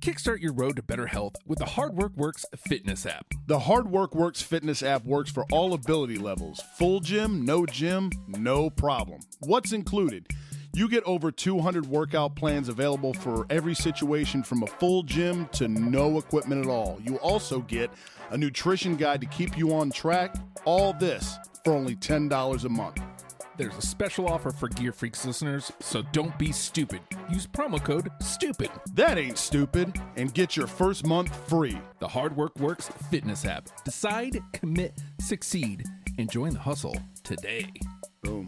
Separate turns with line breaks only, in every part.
Kickstart your road to better health with the Hard Work Works fitness app.
The Hard Work Works fitness app works for all ability levels full gym, no gym, no problem. What's included? You get over 200 workout plans available for every situation from a full gym to no equipment at all. You also get a nutrition guide to keep you on track. All this for only $10 a month.
There's a special offer for Gear Freaks listeners, so don't be stupid. Use promo code STUPID.
That ain't stupid. And get your first month free.
The Hard Work Works fitness app. Decide, commit, succeed, and join the hustle today.
Boom.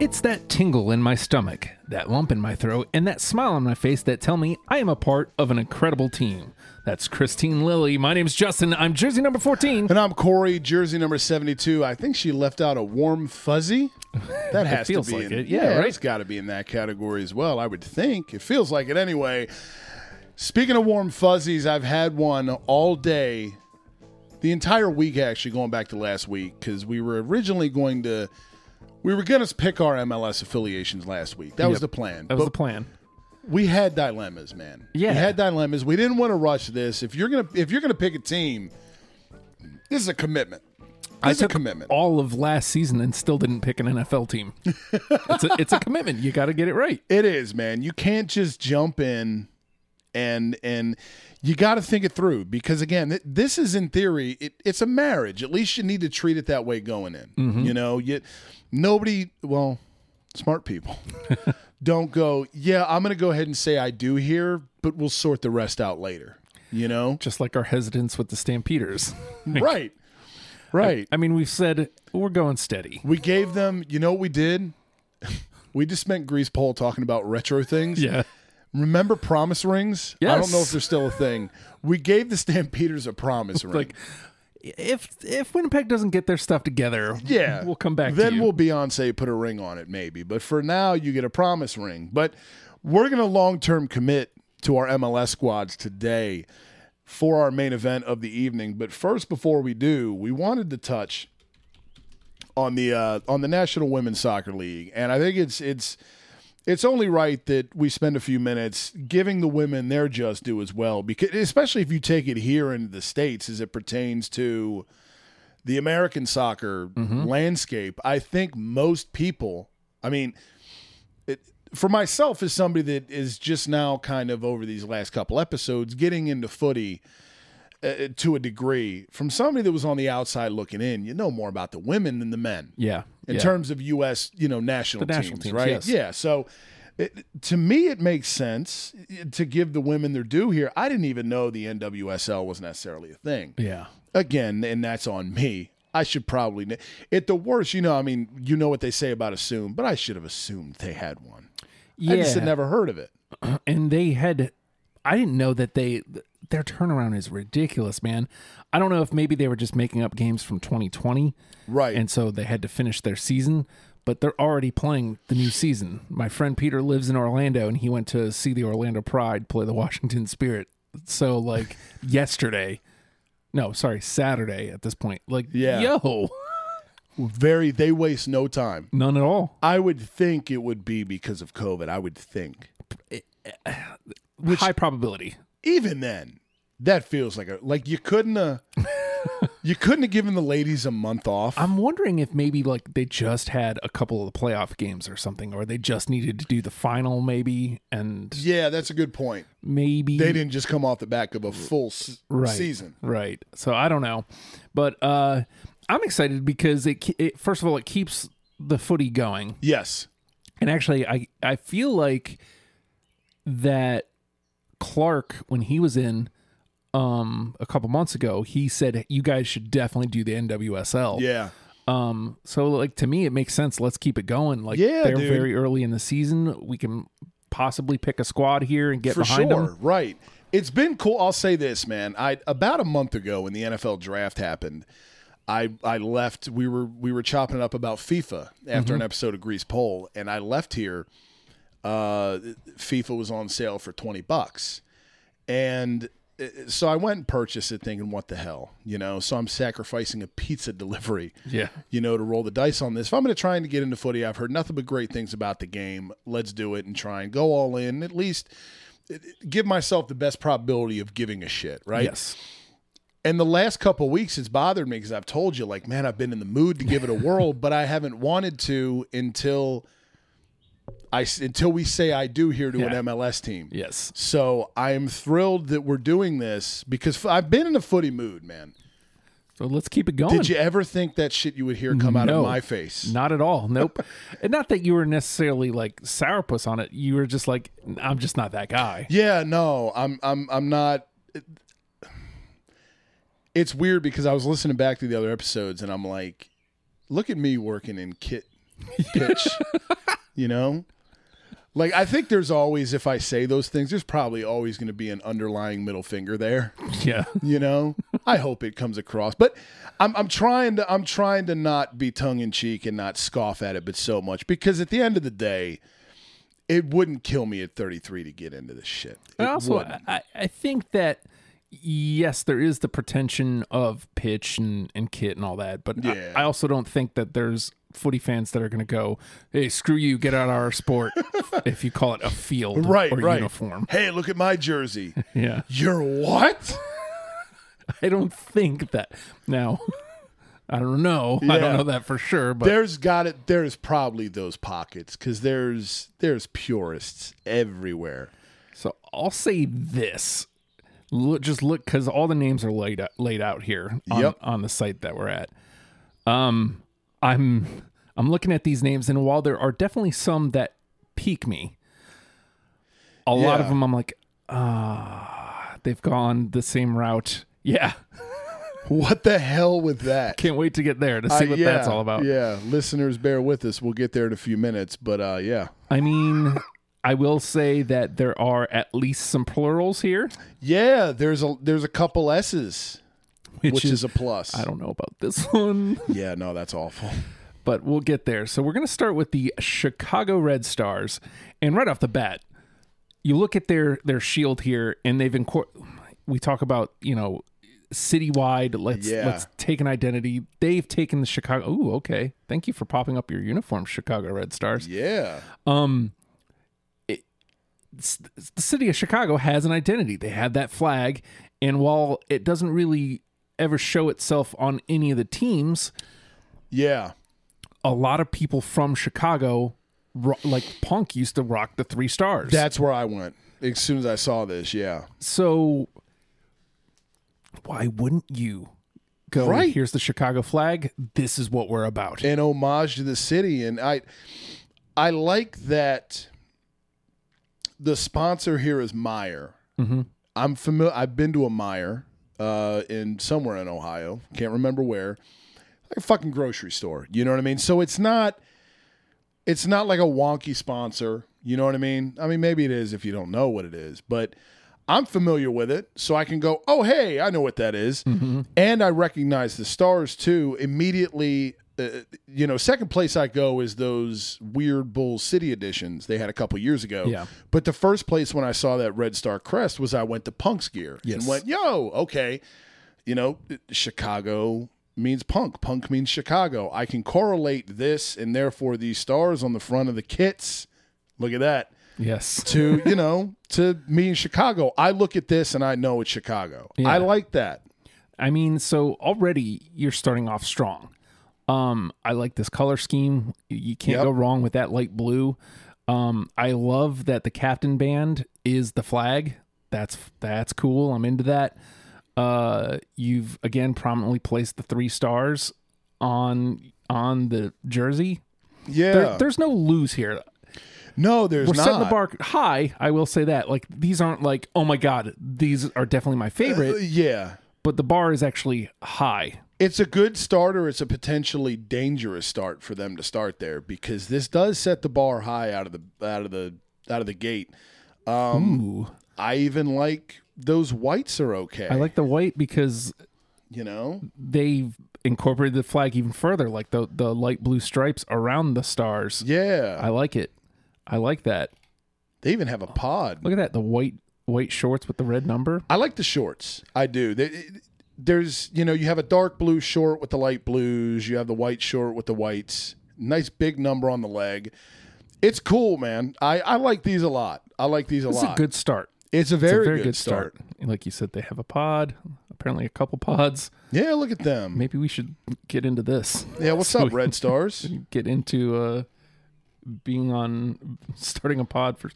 It's that tingle in my stomach, that lump in my throat, and that smile on my face that tell me I am a part of an incredible team. That's Christine Lilly. My name's Justin. I'm jersey number 14.
And I'm Corey, jersey number 72. I think she left out a warm fuzzy. That has
feels
to be
like
in,
it. Yeah, right?
It's got to be in that category as well, I would think. It feels like it anyway. Speaking of warm fuzzies, I've had one all day, the entire week actually, going back to last week, because we were originally going to. We were going to pick our MLS affiliations last week. That was
Yep.
the plan.
That was the plan.
we had dilemmas, man.
Yeah.
we had dilemmas. We didn't want to rush this. If you're gonna if you're gonna pick a team, this is a commitment. This is a commitment.
all of last season and still didn't pick an NFL team. it's, a, it's a commitment. You got to get it right.
it is, man. You can't just jump in and and you got to think it through because again, th- this is in theory. It, it's a marriage. At least you need to treat it that way going in. You know, you nobody. Well, smart people don't go. Yeah, I'm gonna go ahead and say I do here, but we'll sort the rest out later. You know,
Just like our hesitance with the Stampeders.
right, right.
I mean, we've said we're going steady.
We gave them, you know what we did? we just spent Grease Pole talking about retro things.
Yeah.
Remember promise rings? I don't know
Yes.
if they're still a thing. We gave the Stampeders a promise ring.
Like, if if Winnipeg doesn't get their stuff together,
yeah.
we'll come back.
Then
to you.
will Beyonce put a ring on it, maybe. But for now, you get a promise ring. But we're going to long term commit to our MLS squads today for our main event of the evening. But first, before we do, we wanted to touch on the uh, on the National Women's Soccer League, and I think it's it's it's only right that we spend a few minutes giving the women their just due as well, because especially if you take it here into the states as it pertains to the American soccer
Mm-hmm.
landscape. I think most people, I mean, it, for myself as somebody that is just now kind of over these last couple episodes getting into footy uh, to a degree, from somebody that was on the outside looking in, you know more about the women than the men
yeah.
in
yeah.
terms of U.S. you know national,
The national
teams,
teams,
right?
yes.
Yeah. So it, to me, it makes sense uh, to give the women their due here. I didn't even know the NWSL was necessarily a thing.
Yeah.
Again, and that's on me. I should probably kn- at the worst, you know. I mean, you know what they say about assume, but I should have assumed they had one.
Yeah.
I just had never heard of it.
and they had i didn't know that they their turnaround is ridiculous man i don't know if maybe they were just making up games from 2020
Right.
and so they had to finish their season but they're already playing the new season my friend peter lives in orlando and he went to see the orlando pride play the washington spirit so like yesterday no sorry saturday at this point like
Yeah.
yo
Very, they waste no time.
none at all
I would think it would be because of COVID. I would think.
high probability
even then, that feels like a like you couldn't uh you couldn't have given the ladies a month off.
I'm wondering if maybe like they just had a couple of the playoff games or something, or they just needed to do the final maybe, and
yeah, that's a good point.
maybe
They didn't just come off the back of a full s-
right,
season.
right? So I don't know, but uh, I'm excited because it, ke- it first of all it keeps the footy going,
Yes.
and actually I I feel like that Clark when he was in um a couple months ago he said you guys should definitely do the NWSL
Yeah.
Um, so like to me, it makes sense. Let's keep it going. Like
Yeah,
they're
dude.
very early in the season. We can possibly pick a squad here and get
For
behind
sure.
them.
Right. It's been cool. I'll say this, man. I about a month ago when the NFL draft happened, I I left. We were we were chopping it up about FIFA after
Mm-hmm.
an episode of Grease Pole, and I left here. Uh, FIFA was on sale for twenty bucks, and it- so I went and purchased it thinking, what the hell? You know, so I'm sacrificing a pizza delivery
Yeah.
you know, to roll the dice on this. If I'm going to try and get into footy, I've heard nothing but great things about the game. Let's do it and try and go all in. At least give myself the best probability of giving a shit, right?
Yes.
And the last couple of weeks, it's bothered me because I've told you, like, man, I've been in the mood to give it a whirl, but I haven't wanted to until I s- until we say I do here to
Yeah.
an MLS team.
Yes.
So I am thrilled that we're doing this because f- I've been in a footy mood, man.
So let's keep it going.
Did you ever think that shit you would hear come out
Mm, No.
of my face?
Not at all. Nope. and not that you were necessarily like sourpuss on it. You were just like, I'm just not that guy.
Yeah, no, I'm I'm I'm not. It's weird because I was listening back to the other episodes and I'm like, look at me working in kit pitch, you know. Like I think there's always if I say those things, there's probably always going to be an underlying middle finger there,
Yeah.
you know. I hope it comes across, but I'm I'm trying to I'm trying to not be tongue in cheek and not scoff at it, but so much because at the end of the day, it wouldn't kill me at 33 to get into this shit.
And
It
also,
wouldn't.
I, I- I think that yes, there is the pretension of pitch and, and kit and all that, but
Yeah.
I, I also don't think that there's footy fans that are going to go, "Hey, screw you, get out of our sport." if you call it a field
right,
or
right.
uniform,
Hey, look at my jersey.
yeah,
You're what?
I don't think that. Now, I don't know. I
Yeah.
don't know that for sure, but
There's got it. There's probably those pockets because there's there's purists everywhere.
So I'll say this. Look, just look because all the names are laid out, laid out here on,
Yep.
on the site that we're at. Um, I'm I'm looking at these names, and while there are definitely some that pique me, a lot of
Yeah.
them I'm like, ah, they've gone the same route. Yeah,
What the hell with that?
can't wait to get there to see
Uh,
what
yeah,
that's all about.
Yeah, listeners, bear with us. We'll get there in a few minutes, but uh, yeah,
I mean, I will say that there are at least some plurals here,
yeah. There's a there's a couple S's,
which,
which
is,
is a plus.
I don't know about this one.
yeah, no, that's awful.
but we'll get there. So we're going to start with the Chicago Red Stars, and right off the bat, you look at their their shield here, and they've incor- we talk about you know citywide. Let's
Yeah.
let's take an identity. They've taken the Chicago. Ooh, okay. Thank you for popping up your uniform, Chicago Red Stars.
Yeah,
Um, it- s- the city of Chicago has an identity. They have that flag, and while it doesn't really ever show itself on any of the teams
yeah.
a lot of people from Chicago, ro- like punk, used to rock the three stars.
That's where I went as soon as I saw this. Yeah,
so why wouldn't you go?
Right. Eh.
Here's the Chicago flag. This is what we're about.
an homage to the city and i i like that the sponsor here is meyer i'm familiar i've been to a meyer uh, in somewhere in ohio can't remember where like a fucking grocery store you know what i mean so it's not it's not like a wonky sponsor you know what i mean i mean maybe it is if you don't know what it is but i'm familiar with it so i can go oh hey i know what that is
Mm-hmm.
and I recognize the stars too. Immediately, uh, you know, second place I go is those weird Bull City editions they had a couple years ago.
Yeah.
But the first place when I saw that Red Star crest was I went to Punk's gear
Yes.
and went, yo, okay, you know, Chicago means punk, punk means Chicago. I can correlate this and therefore these stars on the front of the kits. Look at that
Yes.
to you know to me in Chicago. I look at this and I know it's Chicago. I like that.
I mean, so already you're starting off strong. Um, I like this color scheme. You can't
Yep.
go wrong with that light blue. Um, I love that the captain band is the flag. That's that's cool. I'm into that. Uh, you've again prominently placed the three stars on on the jersey.
Yeah.
There- there's no lose here.
No, there's
We're
not.
setting the bar high. I will say that. Like these aren't like oh my god, these are definitely my
Uh,
favorite.
yeah.
But the bar is actually high.
It's a good starter. It's a potentially dangerous start for them to start there because this does set the bar high out of the out of the out of the gate.
Ooh.
I even like those whites are okay.
I like the white because
you know.
they've incorporated the flag even further, like the the light blue stripes around the stars.
Yeah.
I like it. I like that.
they even have a pod.
Oh. Look at that. The white white shorts with the red number.
I like the shorts. I do. They- There's, you know, you have a dark blue short with the light blues. You have the white short with the whites. Nice big number on the leg. It's cool, man. I, I like these a lot. I like these a
It's a
lot.
good start.
it's a very,
Very
good, start.
Like you said, they have a pod. Apparently, a couple pods.
Yeah, look at them.
Maybe we should get into this.
Yeah, what's
So
up,
we
Red Stars?
Get into uh, being on starting a pod for.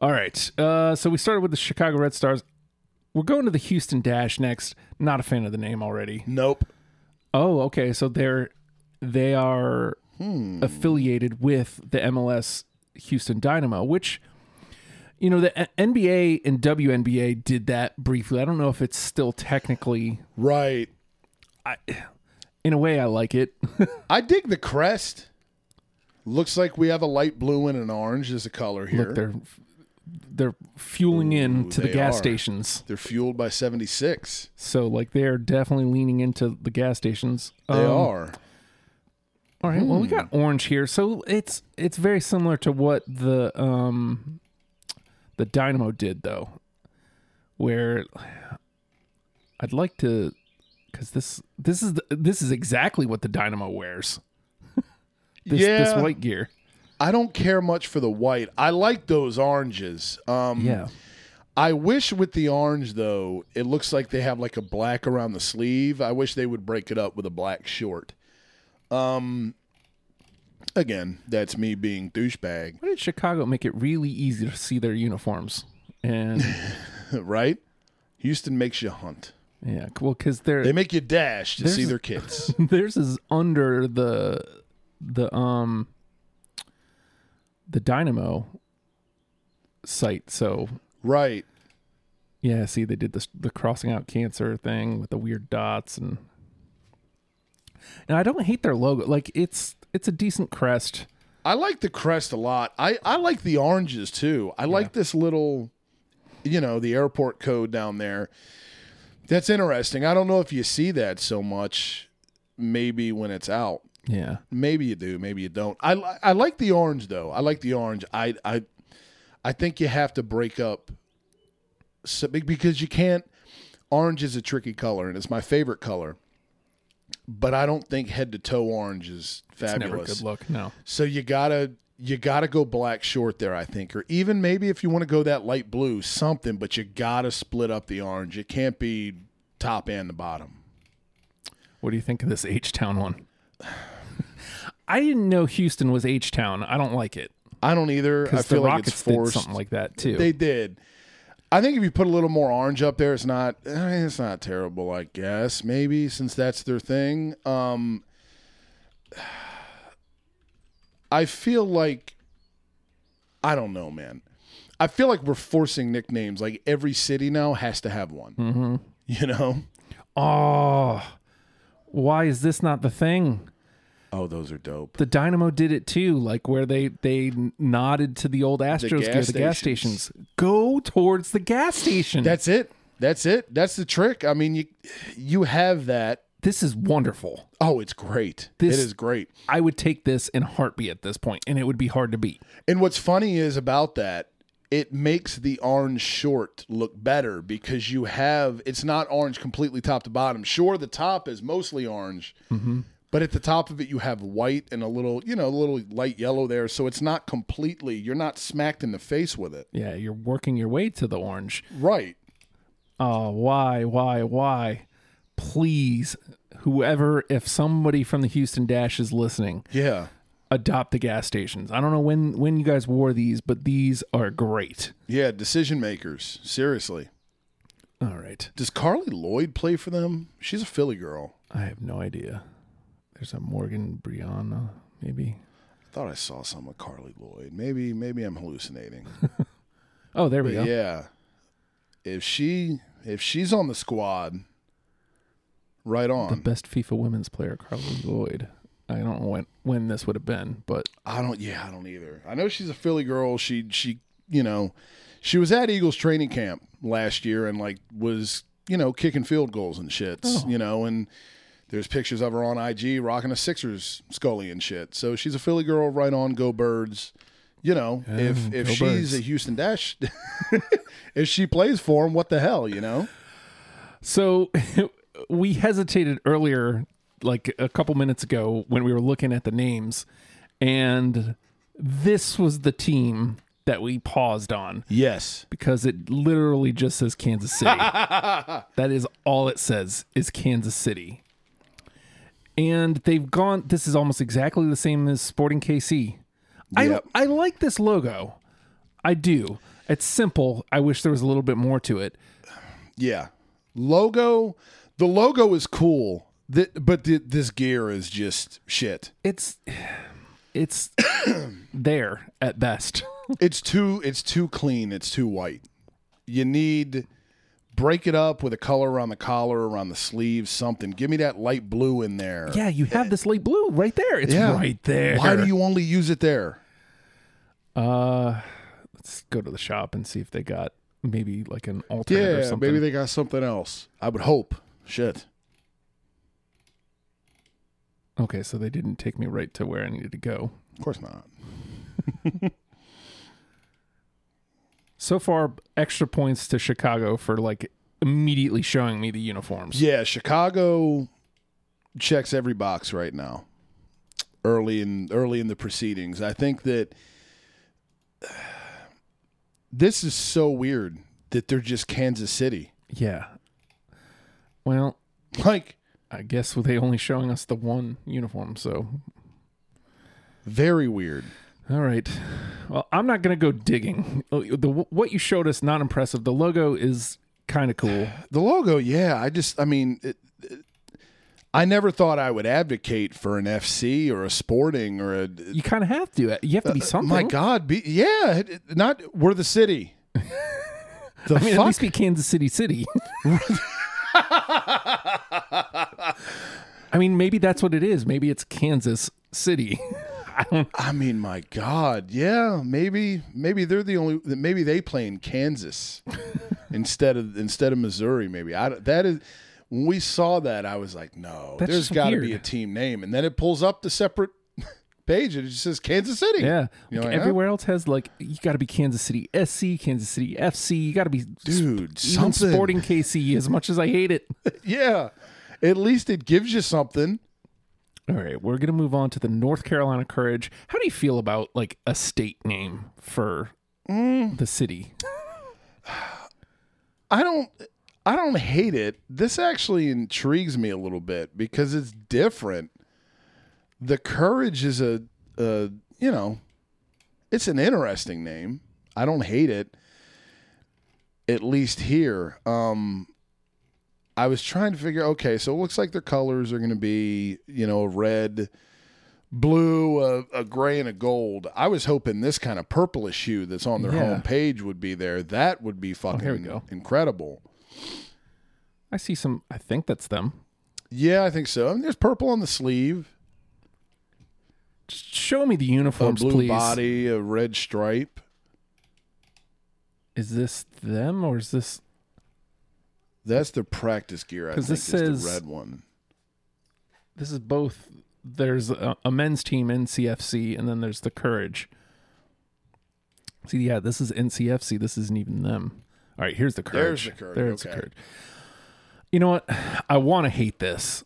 All right. Uh, so we started with the Chicago Red Stars. We're going to the Houston Dash next. Not a fan of the name already.
Nope.
Oh, okay. So they're they are
Hmm.
affiliated with the MLS Houston Dynamo, which you know the N- NBA and WNBA did that briefly. I don't know if it's still technically.
Right.
In a way, I like it.
I dig the crest. Looks like we have a light blue and an orange as a color here.
Look, they're they're fueling in to the
they
gas
are.
stations,
They're fueled by 76.
so like they're definitely leaning into the gas stations.
They
Um,
are.
All right. Well, we got orange here, so it's it's very similar to what the um the Dynamo did though, where I'd like to because this this is the, this is exactly what the Dynamo wears. This, this
Yeah.
white gear.
I don't care much for the white. I like those oranges. Um,
Yeah.
I wish with the orange though, it looks like they have like a black around the sleeve. I wish they would break it up with a black short. Um, again, that's me being douchebag,
Why did Chicago make it really easy to see their uniforms? And
right? Houston makes you hunt.
yeah, well, because they're
They make you dash to see
There's-
their kids.
theirs is under the the um the dynamo site so
right.
yeah see they did this the crossing out cancer thing with the weird dots and and i don't hate their logo like it's it's a decent crest
I like the crest a lot. I, I like the oranges too. I like this little, you know, the airport code down there. That's interesting. I don't know if you see that so much. Maybe when it's out,
yeah
maybe you do, maybe you don't. I li- I like the orange though. I like the orange. I I I think you have to break up, so, be- because you can't. Orange is a tricky color, and it's my favorite color. But I don't think head to toe orange is
it's
fabulous.
never a good look no
So you gotta you gotta go black short there, I think, or even maybe if you want to go that light blue, something. But you gotta split up the orange. It can't be top and the bottom.
what do you think of this h-town one i didn't know houston was h-town i don't like it
I don't either. I
because the
feel like
rockets
it's
did
forced.
something like that too
they did. I think if you put a little more orange up there, it's not eh, it's not terrible. I guess maybe since that's their thing. Um, I feel like I don't know, man. I feel like we're forcing nicknames. Like every city now has to have one. Mm-hmm. You know?
Oh, why is this not the thing?
Oh, those are dope.
The Dynamo did it too, like where they they nodded to the old Astros gear,
gas
the gas
stations.
stations. Go towards the gas station.
That's it. That's it. That's the trick. I mean, you you have that.
this is wonderful.
Oh, it's great.
This-
it is great.
I would take this in a heartbeat at this point, and it would be hard to beat.
And what's funny is about that, it makes the orange short look better because you have it's not orange completely top to bottom. Sure, the top is mostly orange, but at the top of it you have white and a little, you know, a little light yellow there. So it's not completely. You're not smacked in the face with it.
Yeah, you're working your way to the orange.
Right.
Oh, why, why, why? Please, whoever, if somebody from the Houston Dash is listening,
Yeah.
adopt the gas stations. I don't know when when you guys wore these, but these are great.
Yeah. Decision makers. Seriously.
All right.
Does Carly Lloyd play for them? She's a Philly girl.
I have no idea. There's a Morgan Brianna, maybe.
I thought I saw some of Carly Lloyd. Maybe, maybe I'm hallucinating.
Oh, there we go.
Yeah. If she if she's on the squad, right on.
Best FIFA women's player, Carly Lloyd. I don't know when, when this would have been, but
I don't yeah, I don't either. I know she's a Philly girl. She she you know, she was at Eagles training camp last year and like was, you know, kicking field goals and shits,
Oh.
you know, and there's pictures of her on IG rocking a Sixers scully and shit. So she's a Philly girl, right on, go birds. you know, if
Yeah,
if
go
she's
Birds.
a Houston Dash, if she plays for him, what the hell, you know?
So we hesitated earlier, like a couple minutes ago, when we were looking at the names, and this was the team that we paused on
Yes.
because it literally just says Kansas City. that is all it says is Kansas City. And they've gone this is almost exactly the same as Sporting KC.
Yep.
I I like this logo. I do. It's simple. I wish there was a little bit more to it.
Yeah. Logo, the logo is cool, th- but th- this gear is just shit.
It's it's there at best.
It's too it's too clean, it's too white. You need break it up with a color around the collar, around the sleeves, something. Give me that light blue in there.
Yeah, you have this light blue right there. It's
Yeah.
right there.
Why do you only use it there?
uh let's go to the shop and see if they got maybe like an alternate or
Yeah,
something.
maybe they got something else. I would hope. Shit.
Okay, so they didn't take me right to where I needed to go.
Of course not.
So far, extra points to Chicago for like immediately showing me the uniforms.
Yeah, Chicago checks every box right now. Early in early in the proceedings, I think that this is so weird that they're just Kansas City.
Yeah. Well,
Like
I guess they only showing us the one uniform, so
very weird.
all right. Well, I'm not going to go digging. Oh, The what you showed us not impressive. The logo is kind of cool.
The logo, yeah, I just I mean it, it- I never thought I would advocate for an FC or a Sporting or a
You kind of have to. You have to be something.
My god, be, yeah, it- it- not we're the city. The
I mean, at
fuck?
least be Kansas City City. I mean, maybe that's what it is. Maybe it's Kansas City.
I mean, my God, yeah, maybe, maybe they're the only, maybe they play in Kansas instead of instead of Missouri. Maybe I don't- that is when we saw that, I was like, no,
That's
there's
just
got to
weird.
be a team name, and then it pulls up the separate page and it just says Kansas City.
Yeah.
You know,
Like,
yeah.
everywhere else has like you got to be Kansas City SC, Kansas City FC. You got to be
dude,
even
something.
Sporting KC. As much as I hate it.
Yeah, at least it gives you something.
All right, we're gonna move on to the North Carolina Courage. How do you feel about like a state name for
Mm.
the city?
I don't I don't hate it. This actually intrigues me a little bit because it's different. The courage is a, a you know, it's an interesting name. I don't hate it. At least here. Um I was trying to figure okay, so it looks like their colors are going to be, you know, a red, blue, a, a gray and a gold. I was hoping this kind of purplish hue that's on their
Yeah.
home page would be there. That would be fucking
Oh, here we go.
incredible.
I see some. I think that's them.
Yeah, I think so. I mean, there's purple on the sleeve,
Just show me the
a
uniforms,
blue
please.
body, a red stripe.
Is this them or is this?
That's the practice gear. I think
'Cause this
is
says-
the red one.
This is both. There's a, a men's team NCFC, and then there's the Courage. See, yeah, this is NCFC. This isn't even them. All right, here's the Courage.
There's the Courage,
There's the
okay.
Courage. You know what? I want to hate this.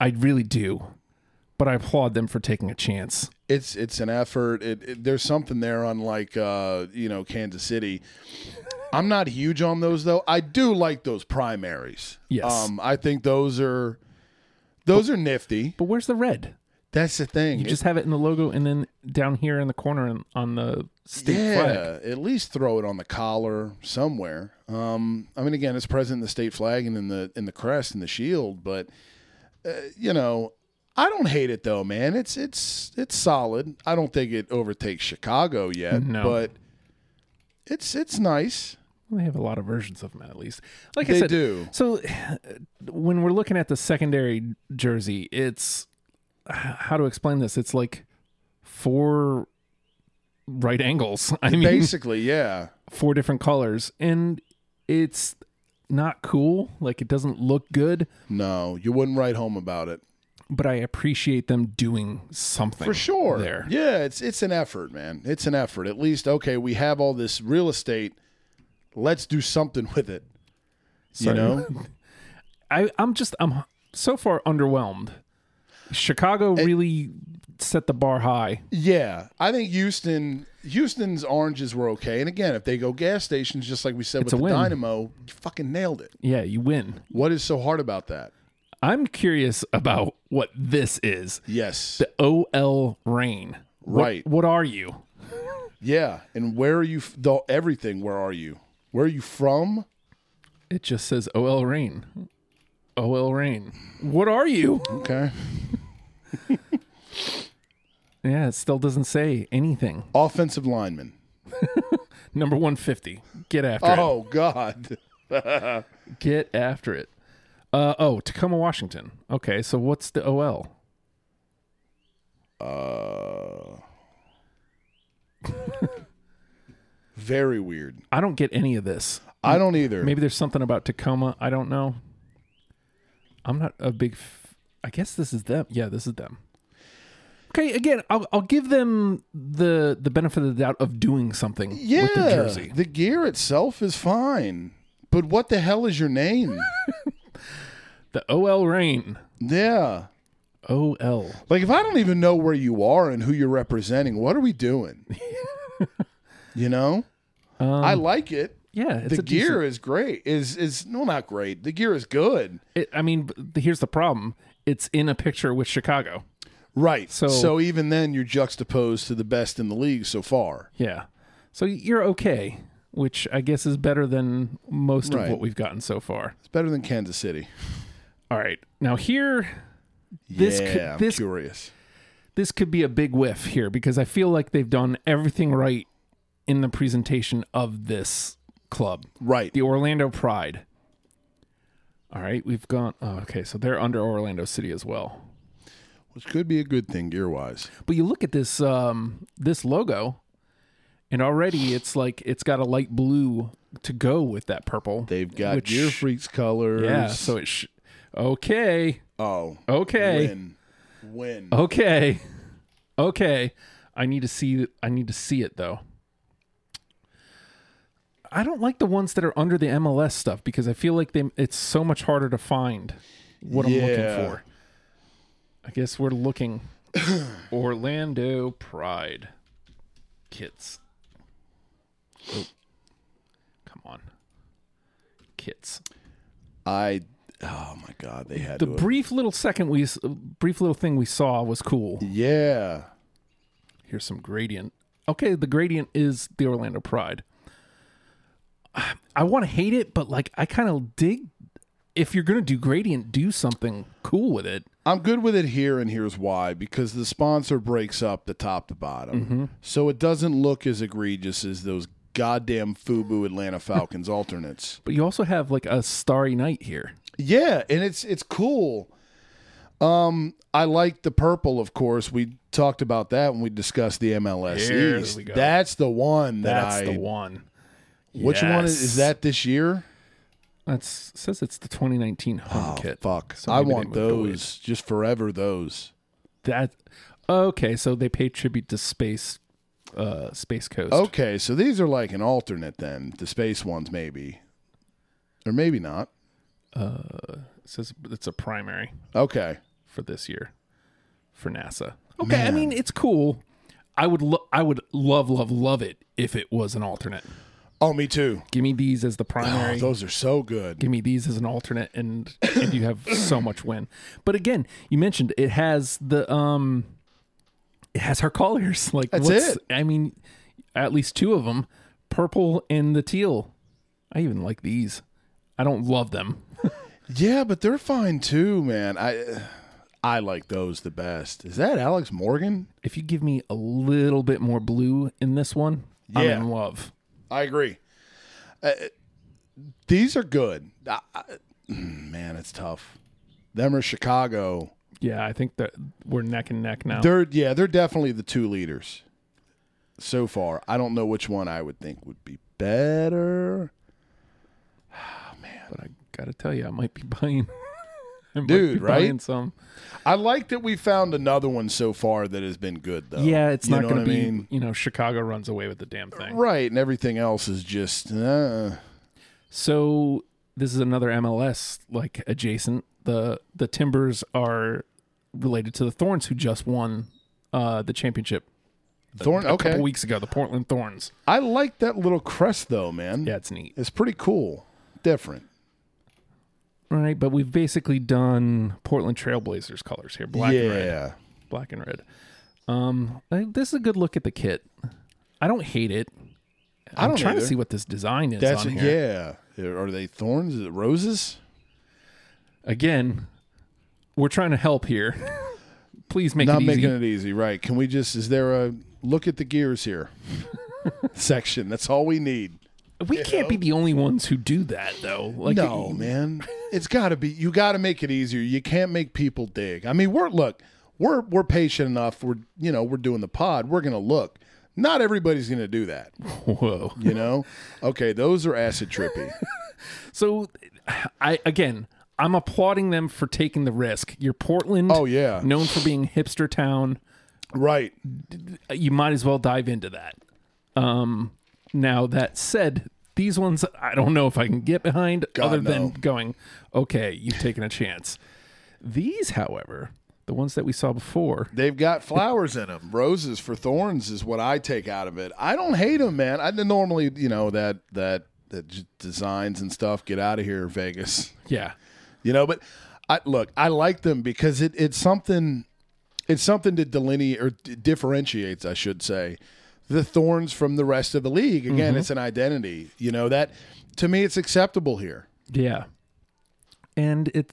I really do, but I applaud them for taking a chance.
It's it's an effort. It, it- there's something there, unlike uh, you know Kansas City. I'm not huge on those though. I do like those primaries.
Yes.
um, I think those are those are nifty.
But where's the red?
That's the thing.
You just have it in the logo, and then down here in the corner on- on the state flag.
yeah, at least throw it on the collar somewhere. Um, I mean, again, it's present in the state flag and in the in the crest and the shield, but uh, you know, I don't hate it though, man. It's it's it's solid. I don't think it overtakes Chicago yet,
No.
but it's it's nice.
Well, They have a lot of versions of them, at least. Like I
They
said,
do.
So, when we're looking at the secondary jersey, it's h- how to explain this. It's like four right angles. I mean,
Basically, yeah.
four different colors, and it's not cool. Like it doesn't look good.
No, you wouldn't write home about it.
but I appreciate them doing something
for sure.
There,
Yeah, it's it's an effort, man. It's an effort. At least okay, we have all this real estate. Let's do something with it.
So-
You know,
I, I'm just I'm so far underwhelmed. Chicago really set the bar high.
yeah. I think Houston, Houston's oranges were okay. And again, if they go gas stations, just like we said
a
with the
win.
Dynamo, you fucking nailed it.
Yeah, you win.
What is so hard about that?
I'm curious about what this is.
Yes,
The OL rain. What-
Right.
What, are you?
yeah. And where are you? f- The everything. Where are you? Where are you from?
It just says OL rain. OL rain. What are you?
Okay.
Yeah, it still doesn't say anything.
Offensive lineman.
Number 150. Get after it.
Oh God.
Get after it. Uh, oh, Tacoma, Washington. Okay, so what's the OL?
Uh, very weird.
I don't get any of this.
I don't either.
Maybe there's something about Tacoma. I don't know. I'm not a big. F- I guess this is them. Yeah, this is them. Okay, again, I'll, I'll give them the the benefit of the doubt of doing something
yeah,
with the jersey.
the gear itself is fine, but what the hell is your name?
The OL Rain.
yeah,
OL.
like if I don't even know where you are and who you're representing, what are we doing? you know, I like it.
Yeah, Um, it's
The
a
gear is great. Is is no not great. The gear is good.
decent- it- I mean, but the- here's the problem. It's in a picture with Chicago.
Right.
So-
so even then you're juxtaposed to the best in the league so far.
Yeah, so you're okay, which I guess is better than most of
Right.
what we've gotten so far.
It's better than Kansas City.
All right, now here This
yeah,
could-
I'm
this-
curious.
this could be a big whiff here because I feel like they've done everything right in the presentation of this club,
Right.
the Orlando Pride. All right, we've gone. Oh, okay, so they're under Orlando City as well.
Which could be a good thing gear wise.
But you look at this um, this logo, and already it's like it's got a light blue to go with that purple.
They've got
Which-
Gear Freaks colors.
yeah, so it sh- okay,
oh,
okay,
win, win.
okay, okay. I need to see. I need to see it though. I don't like the ones that are under the MLS stuff because I feel like they it's so much harder to find what I'm looking
Yeah.
for. I guess we're looking Orlando Pride kits. Oh. Come on. Kits.
I. Oh my God, they had
The
to. have-
brief little second we s- brief little thing we saw was cool.
yeah,
Here's some gradient. Okay, the gradient is the Orlando Pride. I- I want to hate it, but like I kind of dig. If you're gonna do gradient, do something cool with it.
I'm good with it here, and here's why: because the sponsor breaks up the top to bottom, so it doesn't look as egregious as those goddamn FUBU Atlanta Falcons alternates.
But you also have like a starry night here.
Yeah, and it's it's cool. Um, I like the purple, of course. We talked about that when we discussed the MLS
Here
East.
we go.
That's the one that
That's
I.
the one.
Which one is,
Yes.
is that this year?
That's says it's the 2019 home kit.
Oh, Fuck,
So
I
maybe they
want
moved away.
those just forever. Those.
That okay? So they pay tribute to space, uh, space coast.
Okay, so these are like an alternate then. The space ones, maybe, or maybe not.
It says it's a primary.
Okay,
for this year for NASA. Okay, I
Man.
mean it's cool. I would lo- I would love love love it if it was an alternate.
oh, me too.
Give me these as the
Oh,
primary.
those are so good.
Give me these as an alternate, and, and you have so much win. But again, you mentioned it has the um, it has our colors. Like
That's it.
I mean, at least two of them, purple and the teal. I even like these. I don't love them.
Yeah, but they're fine too, man. I, I like those the best. Is that Alex Morgan?
If you give me a little bit more blue in this one, I'm
Yeah.
in love.
I agree. Uh, these are good. I, I- man, it's tough. Them are Chicago.
Yeah, I think that we're neck and neck now.
They're yeah, they're definitely the two leaders so far. I don't know which one I would think would be better.
but I gotta tell you, I might be buying. I Like,
Dude, right?
buying Some.
I like that we found another one so far that has been good though.
Yeah, it's
Oh,
not
You know
going
what
to
I
be.
mean?
You know, Chicago runs away with the damn thing.
right, and everything else is just uh,
So this is another MLS like adjacent. The the Timbers are related to the Thorns, who just won uh, the championship
Thorn.
a couple
Okay,
weeks ago. The Portland Thorns.
I like that little crest though, man.
Yeah, it's neat.
it's pretty cool, different.
All right, but we've basically done Portland Trailblazers colors here, black
yeah,
and red, black and red. Um, I- this is a good look at the kit. I don't hate it. I'm
I don't
trying
either.
to see what this design is
That's
on here.
yeah. Are they thorns? Is it roses?
Again, we're trying to help here. Please make it
Not
easy.
making it easy, right? Can we just? Is there a look at the gears here section? That's all we need.
We can't be the only ones who do that, though. Like,
No, man, it's got to be. You got to make it easier. You can't make people dig. I mean, we're look, we're we're patient enough. We're you know we're doing the pod. We're gonna look. Not everybody's gonna do that.
whoa.
You know. okay, those are acid trippy.
So, I again, I'm applauding them for taking the risk. You're Portland.
Oh, yeah.
known for being hipster town.
right.
You might as well dive into that. Um, now that said, these ones I don't know if I can get behind, other than
no.
going, okay, you've taken a chance. These, however, the ones that we saw before,
They've got flowers in them. Roses for thorns is what I take out of it. I don't hate them, man. I normally, you know, that that that j- designs and stuff. Get out of here, Vegas.
yeah,
You know, but I look, I like them because it it's something it's something that delineate or d- differentiates, I should say, the thorns from the rest of the league. Again, it's an identity. You know that to me, it's acceptable here.
Yeah. And it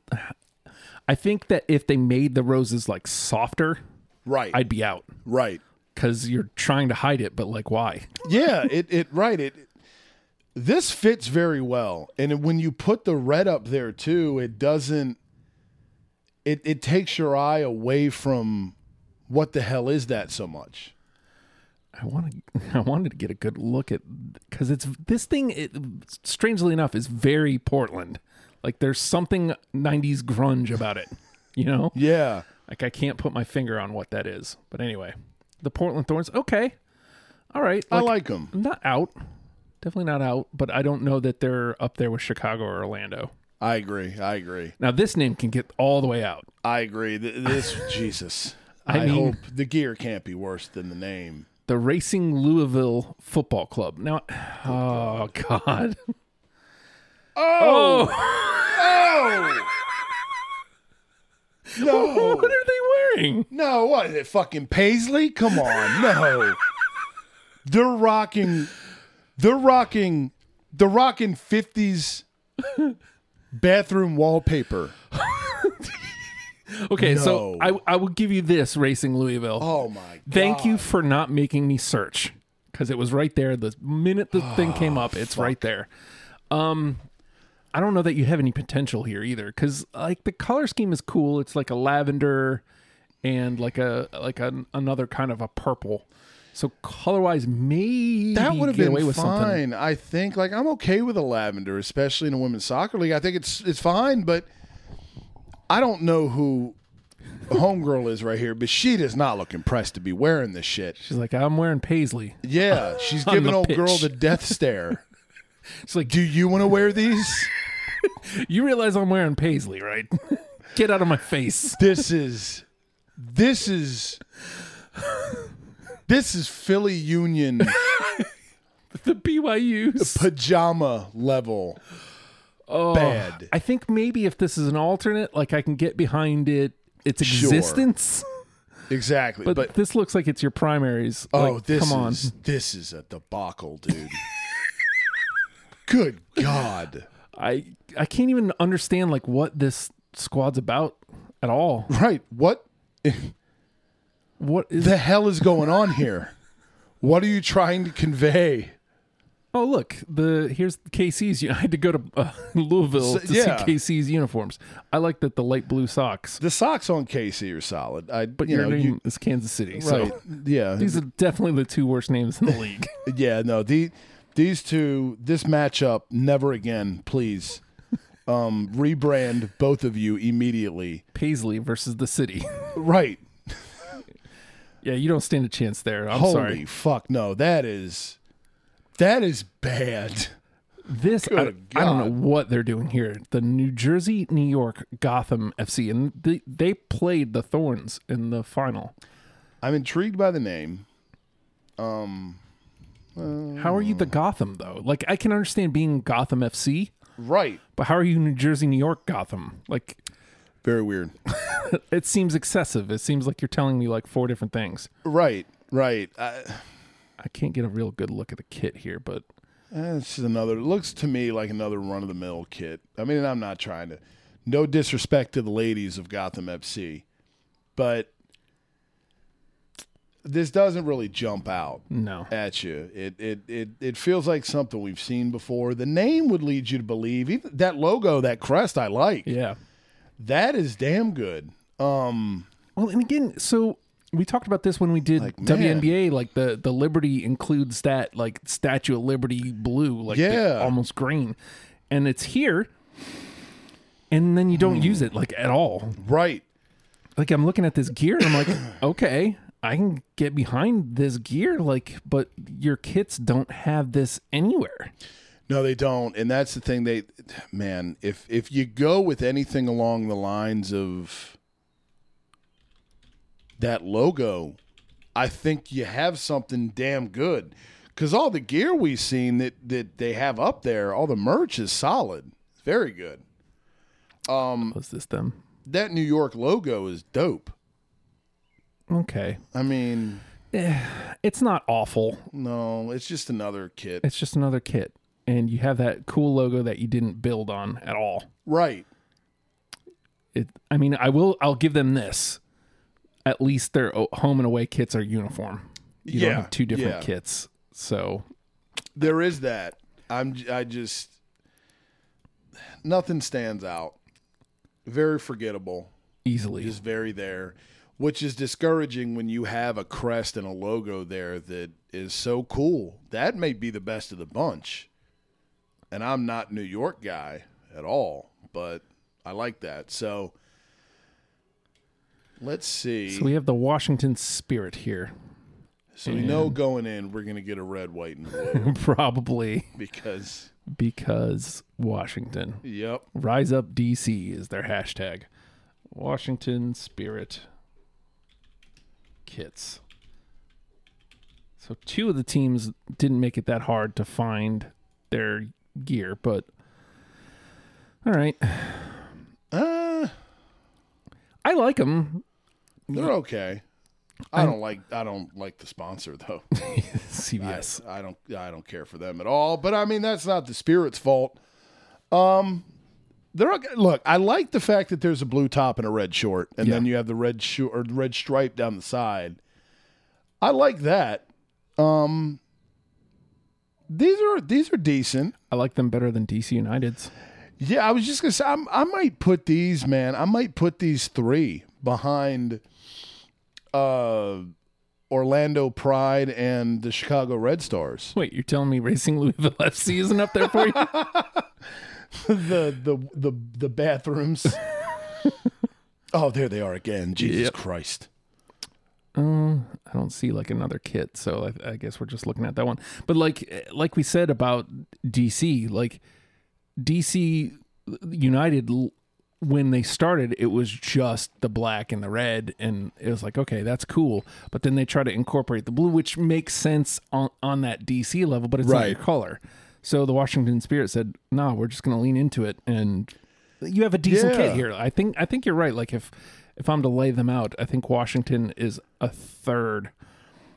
I think that if they made the roses like softer,
Right.
I'd be out
right.
cuz you're trying to hide it, but like why?
yeah, it it right it this fits very well. And when you put the red up there too, it doesn't it it takes your eye away from what the hell is that so much.
I want to I wanted to get a good look at cuz it's this thing it, strangely enough is very Portland. Like there's something 90s grunge about it, you know?
Yeah.
Like I can't put my finger on what that is. But anyway, the Portland Thorns, okay. All right.
I like them.
I'm not out. Definitely not out, but I don't know that they're up there with Chicago or Orlando.
I agree. I agree.
Now this name can get all the way out.
I agree. Th- This Jesus.
I
I,
mean-
hope the gear can't be worse than the name.
The Racing Louisville Football Club. Now, oh god. Oh,
Oh no,
what are they wearing?
no! What is it? Fucking paisley? Come on, no! They're rocking. They're rocking. They're rocking fifties bathroom wallpaper.
Okay, so I
No.
I will give you this Racing Louisville.
Oh my! God.
Thank you for not making me search because it was right there the minute the
Ah,
thing came up. It's right there. Um, I don't know that you have any potential here either because like the color scheme is cool. It's like a lavender and like a like an, another kind of a purple. So color wise, maybe
That would have
get
been
away with something.
fine. I think. Like I'm okay with a lavender, especially in a women's soccer league. I think it's it's fine, but I don't know who homegirl is right here, but she does not look impressed to be wearing this shit.
She's like, I'm wearing paisley.
Yeah, she's
On
giving
the
old girl
pitch.
the death stare.
It's like,
Do you want to wear these?
you realize I'm wearing paisley, right? get out of my face.
This is this is this is Philly Union
The BYU's.
pajama level
Oh.
bad.
I think maybe if this is an alternate, like I can get behind it, its existence.
Exactly.
But,
But,
this looks like it's your primaries.
oh,
Like,
this
come on.
is this is a debacle, dude. Good God.
I I can't even understand like what this squad's about at all.
Right. What
What is?
the hell is going on here? What are you trying to convey?
oh, look, the here's KC's. u- I had to go to uh, Louisville
So-
to
yeah.
see KC's uniforms. I like that the light blue socks,
The socks on Casey are solid. I,
but
you
your
know,
name
you,
is Kansas City,
right?
so
Yeah,
these are definitely the two worst names in the league.
yeah. No, the, these two, this matchup, never again, please. um, rebrand both of you immediately.
Paisley versus the city.
Right.
yeah, you don't stand a chance there. I'm
Holy
sorry.
fuck. No, that is that is bad.
This I,
Good
I don't know what they're doing here. The New Jersey, New York, Gotham FC, and they, they played the Thorns in the final.
I'm intrigued by the name.
How are you the Gotham though? Like I can understand being Gotham FC,
Right.
but how are you New Jersey, New York, Gotham? Like
Very weird.
it seems excessive. It seems like you're telling me like four different things.
right. Right. I,
I can't get a real good look at the kit here, but
That's another. Looks to me like another run of the mill kit. I mean, I'm not trying to. No disrespect to the ladies of Gotham FC, but this doesn't really jump out
no.
at you. It it it it feels like something we've seen before. The name would lead you to believe even that logo, that crest. I like
Yeah.
that is damn good. Um,
Well, and again, so we talked about this when we did
man.
WNBA. Like the the Liberty includes that like Statue of Liberty blue, like the-
Yeah.
almost green, and it's here. And then you
Hmm.
don't use it like at all.
right.
Like I'm looking at this gear, and I'm like, okay, I can get behind this gear. Like, but your kits don't have this anywhere.
No, they don't, and that's the thing. They, man, if if you go with anything along the lines of that logo, I think you have something damn good. Because all the gear we've seen that that they have up there, all the merch is solid, very good.
Was this them?
That New York logo is dope.
Okay,
I mean,
it's not awful.
no, it's just another kit,
It's just another kit, and you have that cool logo that you didn't build on at all.
right?
it i mean i will i'll give them this at least their o- home and away kits are uniform you
Yeah,
don't have two different
yeah.
kits so
There is that. I'm. j- I just nothing stands out. Very forgettable.
easily
Is very there, which is discouraging when you have a crest and a logo there that is so cool. That may be the best of the bunch. And I'm not a New York guy at all, but I like that. So let's see.
so we have the washington spirit here
So we know going in, we're gonna get a red, white, and blue
probably
because
because washington
yep.
rise up dc is their hashtag washington spirit kits so two of the teams didn't make it that hard to find their gear but all right
Uh,
I like them.
They're okay. I don't like I don't like the sponsor though.
CBS.
I don't I don't care for them at all. But I mean that's not the spirit's fault. Um they're okay. look, I like the fact that there's a blue top and a red short, and then you have the red short or red stripe down the side. I like that. Um these are these are decent.
I like them better than DC United's.
Yeah, I was just gonna say I'm, I might put these, man. I might put these three behind uh, Orlando Pride and the Chicago Red Stars.
Wait, you're telling me Racing Louisville FC isn't up there for you?
the the the the bathrooms. oh, there they are again. Jesus Christ.
I don't see like another kit, so I, I guess we're just looking at that one. But like, like we said about DC, like DC United l- when they started, it was just the black and the red, and it was like, okay, that's cool. But then they try to incorporate the blue, which makes sense on on that DC level, but it's not
Right.
your color. So the Washington Spirit said, "Nah, we're just going to lean into it." And you have a decent
Yeah.
kit here. I think I think you're right. Like if if I'm to lay them out, I think Washington is a third.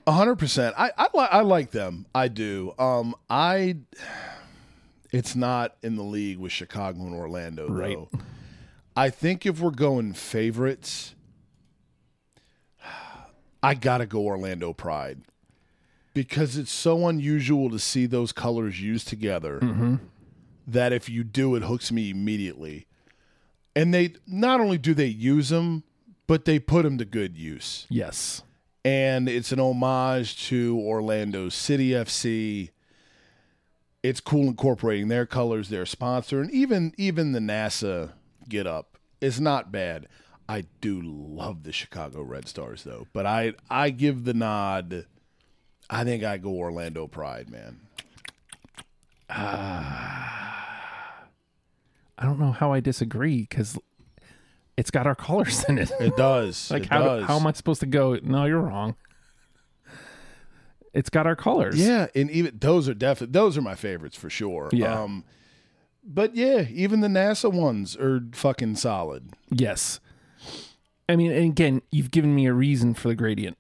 A hundred percent. I I, li- I like them. I do. Um, I. It's not in the league with Chicago and Orlando,
Right.
though. I think if we're going favorites, I gotta go Orlando Pride because it's so unusual to see those colors used together. That if you do, it hooks me immediately. And they not only do they use them, but they put them to good use
Yes.
and it's an homage to Orlando City FC. it's cool incorporating their colors, their sponsor, and even even the NASA get up. It's not bad. I do love the Chicago Red Stars though, but I I give the nod. I think I go Orlando Pride, man.
I don't know how I disagree because it's got our colors in it.
It does.
like
it
how
does.
how am I supposed to go? No, you're wrong. It's got our colors.
Yeah, and even those are definitely those are my favorites for sure.
Yeah.
Um, but yeah, even the NASA ones are fucking solid.
Yes. I mean, and again, you've given me a reason for the gradient.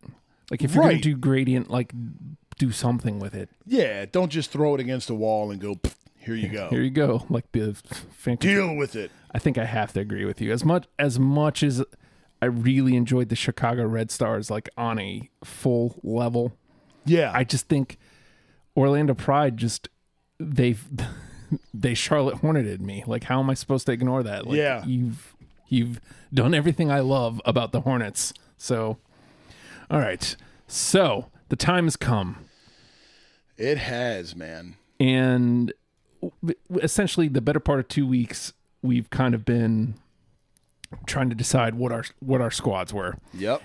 Like if you're
Right.
gonna do gradient, like do something with it.
Yeah, don't just throw it against a wall and go. "Pfft, Here you go.
Here you go. Like the fan.
Deal with it.
I think I have to agree with you. As much as much as I really enjoyed the Chicago Red Stars like on a full level,
Yeah,
I just think Orlando Pride just they've they Charlotte Horneted me. Like how am I supposed to ignore that? Like
Yeah.
you've you've done everything I love about the Hornets. So all right. So the time has come
it has, man.
and w- essentially the better part of two weeks we've kind of been trying to decide what our what our squads were
Yep.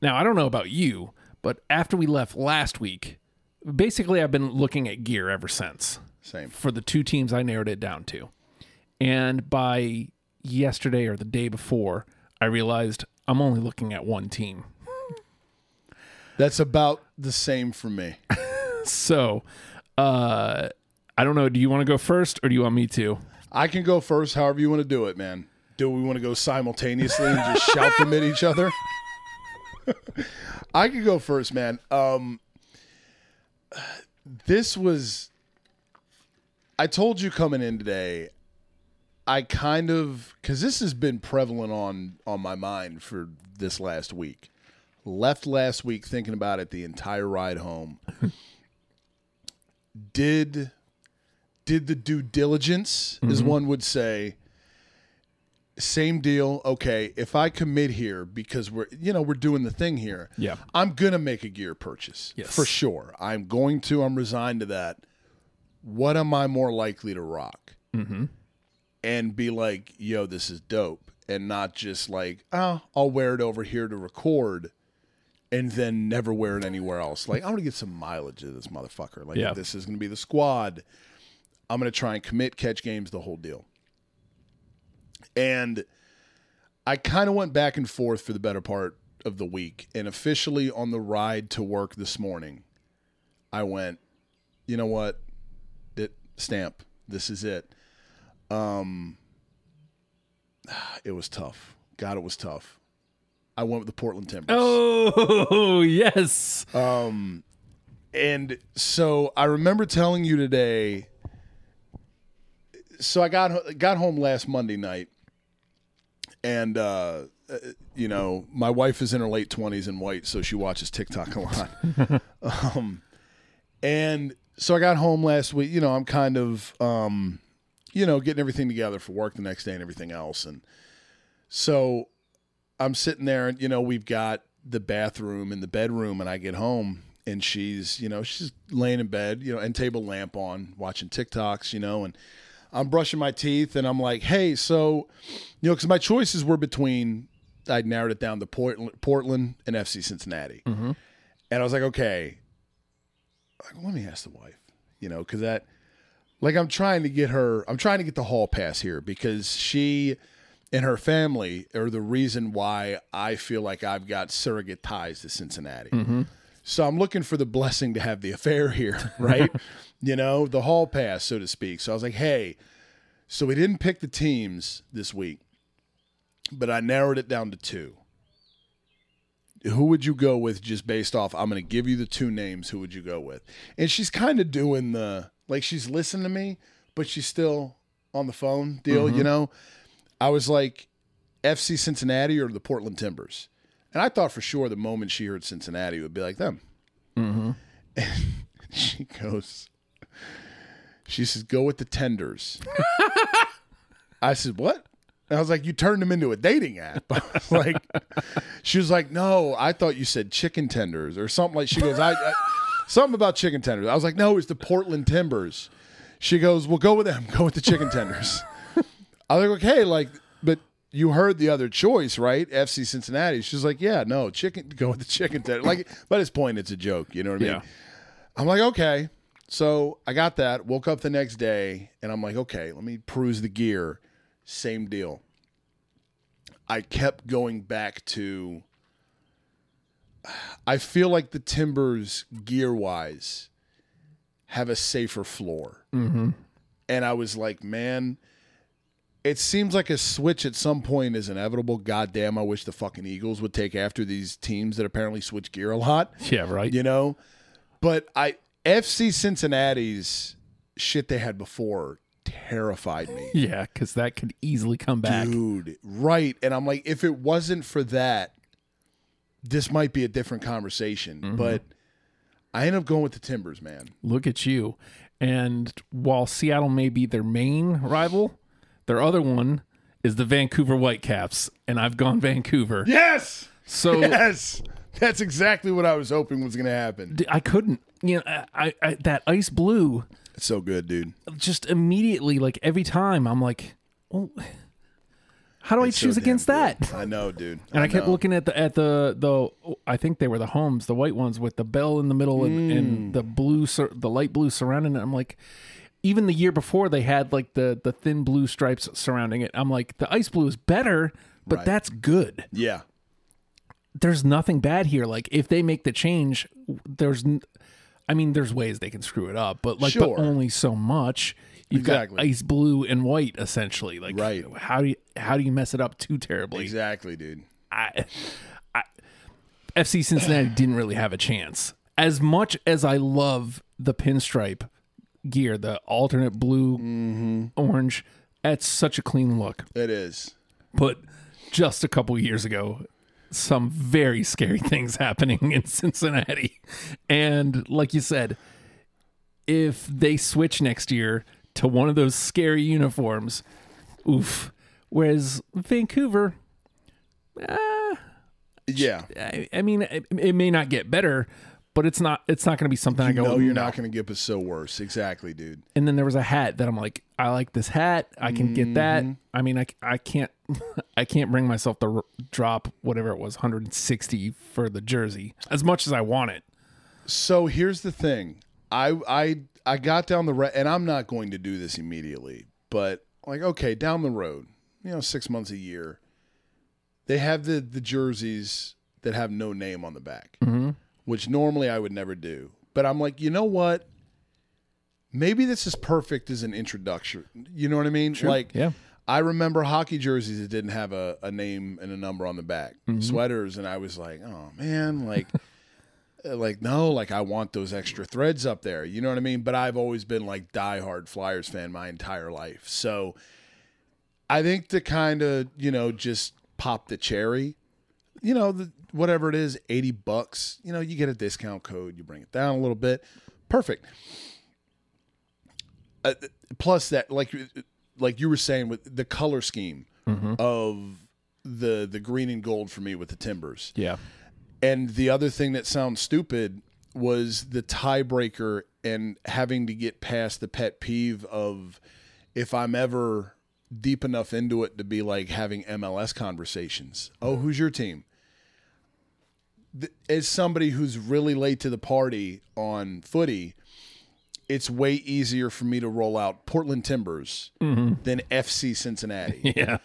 now i don't know about you but after we left last week basically i've been looking at gear ever since
Same.
for the two teams i narrowed it down to and by yesterday or the day before i realized i'm only looking at one team
That's about the same for me.
so uh i don't know do you want to go first or do you want me to
I can go first, however you want to do it, man. Do we want to go simultaneously and just shout them at each other? I could go first, man. Um, this was. I told you coming in today. I kind of because this has been prevalent on on my mind for this last week. Left last week thinking about it the entire ride home. Did did the due diligence, as one would say. Same deal. Okay, if I commit here because we're you know we're doing the thing here.
Yeah.
I'm gonna make a gear purchase
Yes.
for sure. I'm going to. I'm resigned to that. What am I more likely to rock? And be like, yo, this is dope, and not just like, oh, I'll wear it over here to record, and then never wear it anywhere else. Like, I'm gonna get some mileage out of this motherfucker. Like,
Yeah.
this is gonna be the squad. I'm going to try and commit catch games the whole deal. And I kind of went back and forth for the better part of the week. And officially on the ride to work this morning, I went, you know what? It, stamp. This is it. Um, it was tough. God, it was tough. I went with the Portland Timbers.
Oh yes.
And so I remember telling you today. So I got got home last Monday night, and uh, uh, you know my wife is in her late twenties and white, so she watches TikTok a lot. um, and so I got home last week. You know I'm kind of um, you know getting everything together for work the next day and everything else, and so I'm sitting there, and you know, we've got the bathroom and the bedroom, and I get home, and she's, you know, she's laying in bed, you know, and table lamp on, watching TikToks, you know, and I'm brushing my teeth, and I'm like, hey, so, you know, because my choices were between, I narrowed it down to Portland, Portland and FC Cincinnati, and I was like, okay, like, let me ask the wife, you know, because that, like, I'm trying to get her, I'm trying to get the hall pass here because she and her family are the reason why I feel like I've got surrogate ties to Cincinnati. So I'm looking for the blessing to have the affair here, right? you know, the hall pass, so to speak. So I was like, hey, so we didn't pick the teams this week, but I narrowed it down to two. Who would you go with just based off? I'm going to give you the two names. Who would you go with? And she's kind of doing the, like, she's listening to me, but she's still on the phone deal, you know? I was like, FC Cincinnati or the Portland Timbers? And I thought for sure the moment she heard Cincinnati it would be like them. And she goes, she says, go with the tenders. I said, what? And I was like, you turned them into a dating app. I was like, she was like, no, I thought you said chicken tenders or something like. She goes, I, I something about chicken tenders. I was like, no, it's the Portland Timbers. She goes, "Well, go with them. Go with the chicken tenders." I was like, "Okay, like, but you heard the other choice, right? FC Cincinnati." She's like, "Yeah, no, chicken. Go with the chicken tenders." Like, by this point, it's a joke. You know what I mean?
Yeah.
I'm like, okay. So I got that. Woke up the next day, and I'm like, okay, let me peruse the gear. Same deal. I kept going back to. I feel like the Timbers gear wise have a safer floor. And I was like, man, it seems like a switch at some point is inevitable. God damn, I wish the fucking Eagles would take after these teams that apparently switch gear a lot
Yeah, right.
you know but i fc cincinnati's shit they had before terrified me
Yeah, because that could easily come back.
dude right and i'm like if it wasn't for that this might be a different conversation
Mm-hmm.
but i end up going with the timbers man
Look at you. And while Seattle may be their main rival, their other one is the Vancouver Whitecaps, and I've gone Vancouver.
yes
So
yes that's exactly what i was hoping was gonna happen
d- I couldn't. You know, I, I, I that ice blue
it's so good dude
just immediately, like every time, I'm like, well, how do
It's
I
so
choose
damn
against
good.
that?
i know dude
And I, kept
know.
looking at the at the the I think they were the homes, the white ones with the bell in the middle and,
Mm.
and the blue sur- the light blue surrounding it. I'm like, even the year before they had like the the thin blue stripes surrounding it. I'm like, the ice blue is better, but
Right.
that's good.
yeah
There's nothing bad here. Like if they make the change, there's, n- I mean, there's ways they can screw it up, but like
Sure.
but only so much. You've
Exactly.
got ice blue and white essentially. Like
Right.
how do you how do you mess it up too terribly?
exactly dude
I, I, FC Cincinnati didn't really have a chance. As much as I love the pinstripe gear, the alternate blue, orange, that's such a clean look.
it is
But just a couple years ago, some very scary things happening in Cincinnati. And like you said, if they switch next year to one of those scary uniforms, oof. Whereas Vancouver,
yeah
I, I mean, it, it may not get better, but it's not. It's not going to be something I go.
no
"Ooh,
you're not gonna get but so worse exactly dude
And then there was a hat that I'm like, I like this hat. I can get that. I mean, I, I can't, I can't bring myself to r- drop whatever it was, 160 for the jersey, as much as I want it.
So here's the thing. I I I got down the road, and I'm not going to do this immediately, but like okay, down the road, you know, six months a year, they have the the jerseys that have no name on the back, which normally I would never do. But I'm like, you know what? Maybe this is perfect as an introduction. You know what I mean? Like,
Yeah.
I remember hockey jerseys that didn't have a, a name and a number on the back, sweaters, and I was like, oh man, like, uh, like no, like I want those extra threads up there. You know what I mean? But I've always been like diehard Flyers fan my entire life, so I think to kind of you know just pop the cherry, you know, the, whatever it is, eighty bucks. You know, you get a discount code, you bring it down a little bit, perfect uh, plus that like like you were saying with the color scheme of the the green and gold for me with the timbers
Yeah.
and the other thing that sounds stupid was the tiebreaker and having to get past the pet peeve of if i'm ever deep enough into it to be like having mls conversations oh who's your team Th- as somebody who's really late to the party on footy it's way easier for me to roll out portland timbers than fc cincinnati
Yeah.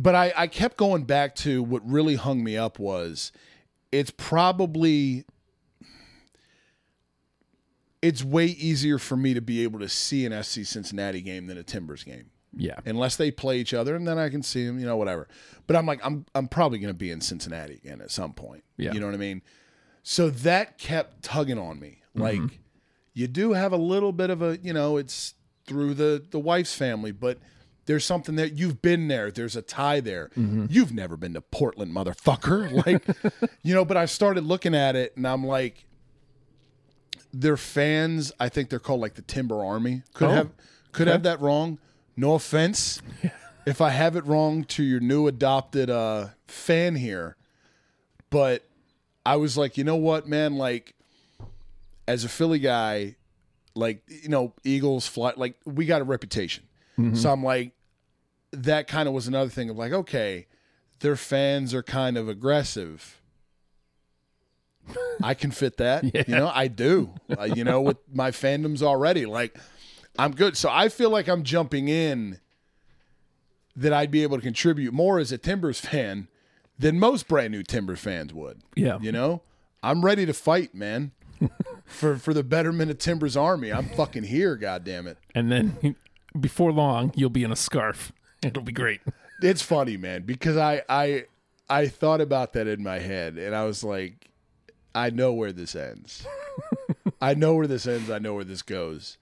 but I, I kept going back to what really hung me up was it's probably it's way easier for me to be able to see an SC Cincinnati game than a Timbers game
Yeah.
unless they play each other and then I can see them, you know, whatever. But I'm like, I'm I'm probably gonna be in Cincinnati again at some point.
Yeah.
You know what I mean? So that kept tugging on me. Like you do have a little bit of a, you know, it's through the the wife's family, but there's something that you've been there. There's a tie there. You've never been to Portland, motherfucker. Like, you know, but I started looking at it and I'm like, their fans, I think they're called like the Timber Army. Could
Oh.
have could have that wrong. No offense. If I have it wrong to your new adopted uh, fan here, but I was like, you know what, man? Like, as a Philly guy, Like, you know, Eagles fly like we got a reputation. So I'm like, that kind of was another thing of like, okay, their fans are kind of aggressive. I can fit that. You know, I do. Uh, you know, with my fandoms already, like I'm good. So I feel like I'm jumping in that I'd be able to contribute more as a Timbers fan than most brand new Timbers fans would.
Yeah.
You know, I'm ready to fight, man. for for the betterment of Timbers Army. I'm fucking here, god damn it.
And then before long, you'll be in a scarf. It'll be great.
It's funny, man, because I I I thought about that in my head and I was like, I know where this ends. I know where this ends. I know where this goes.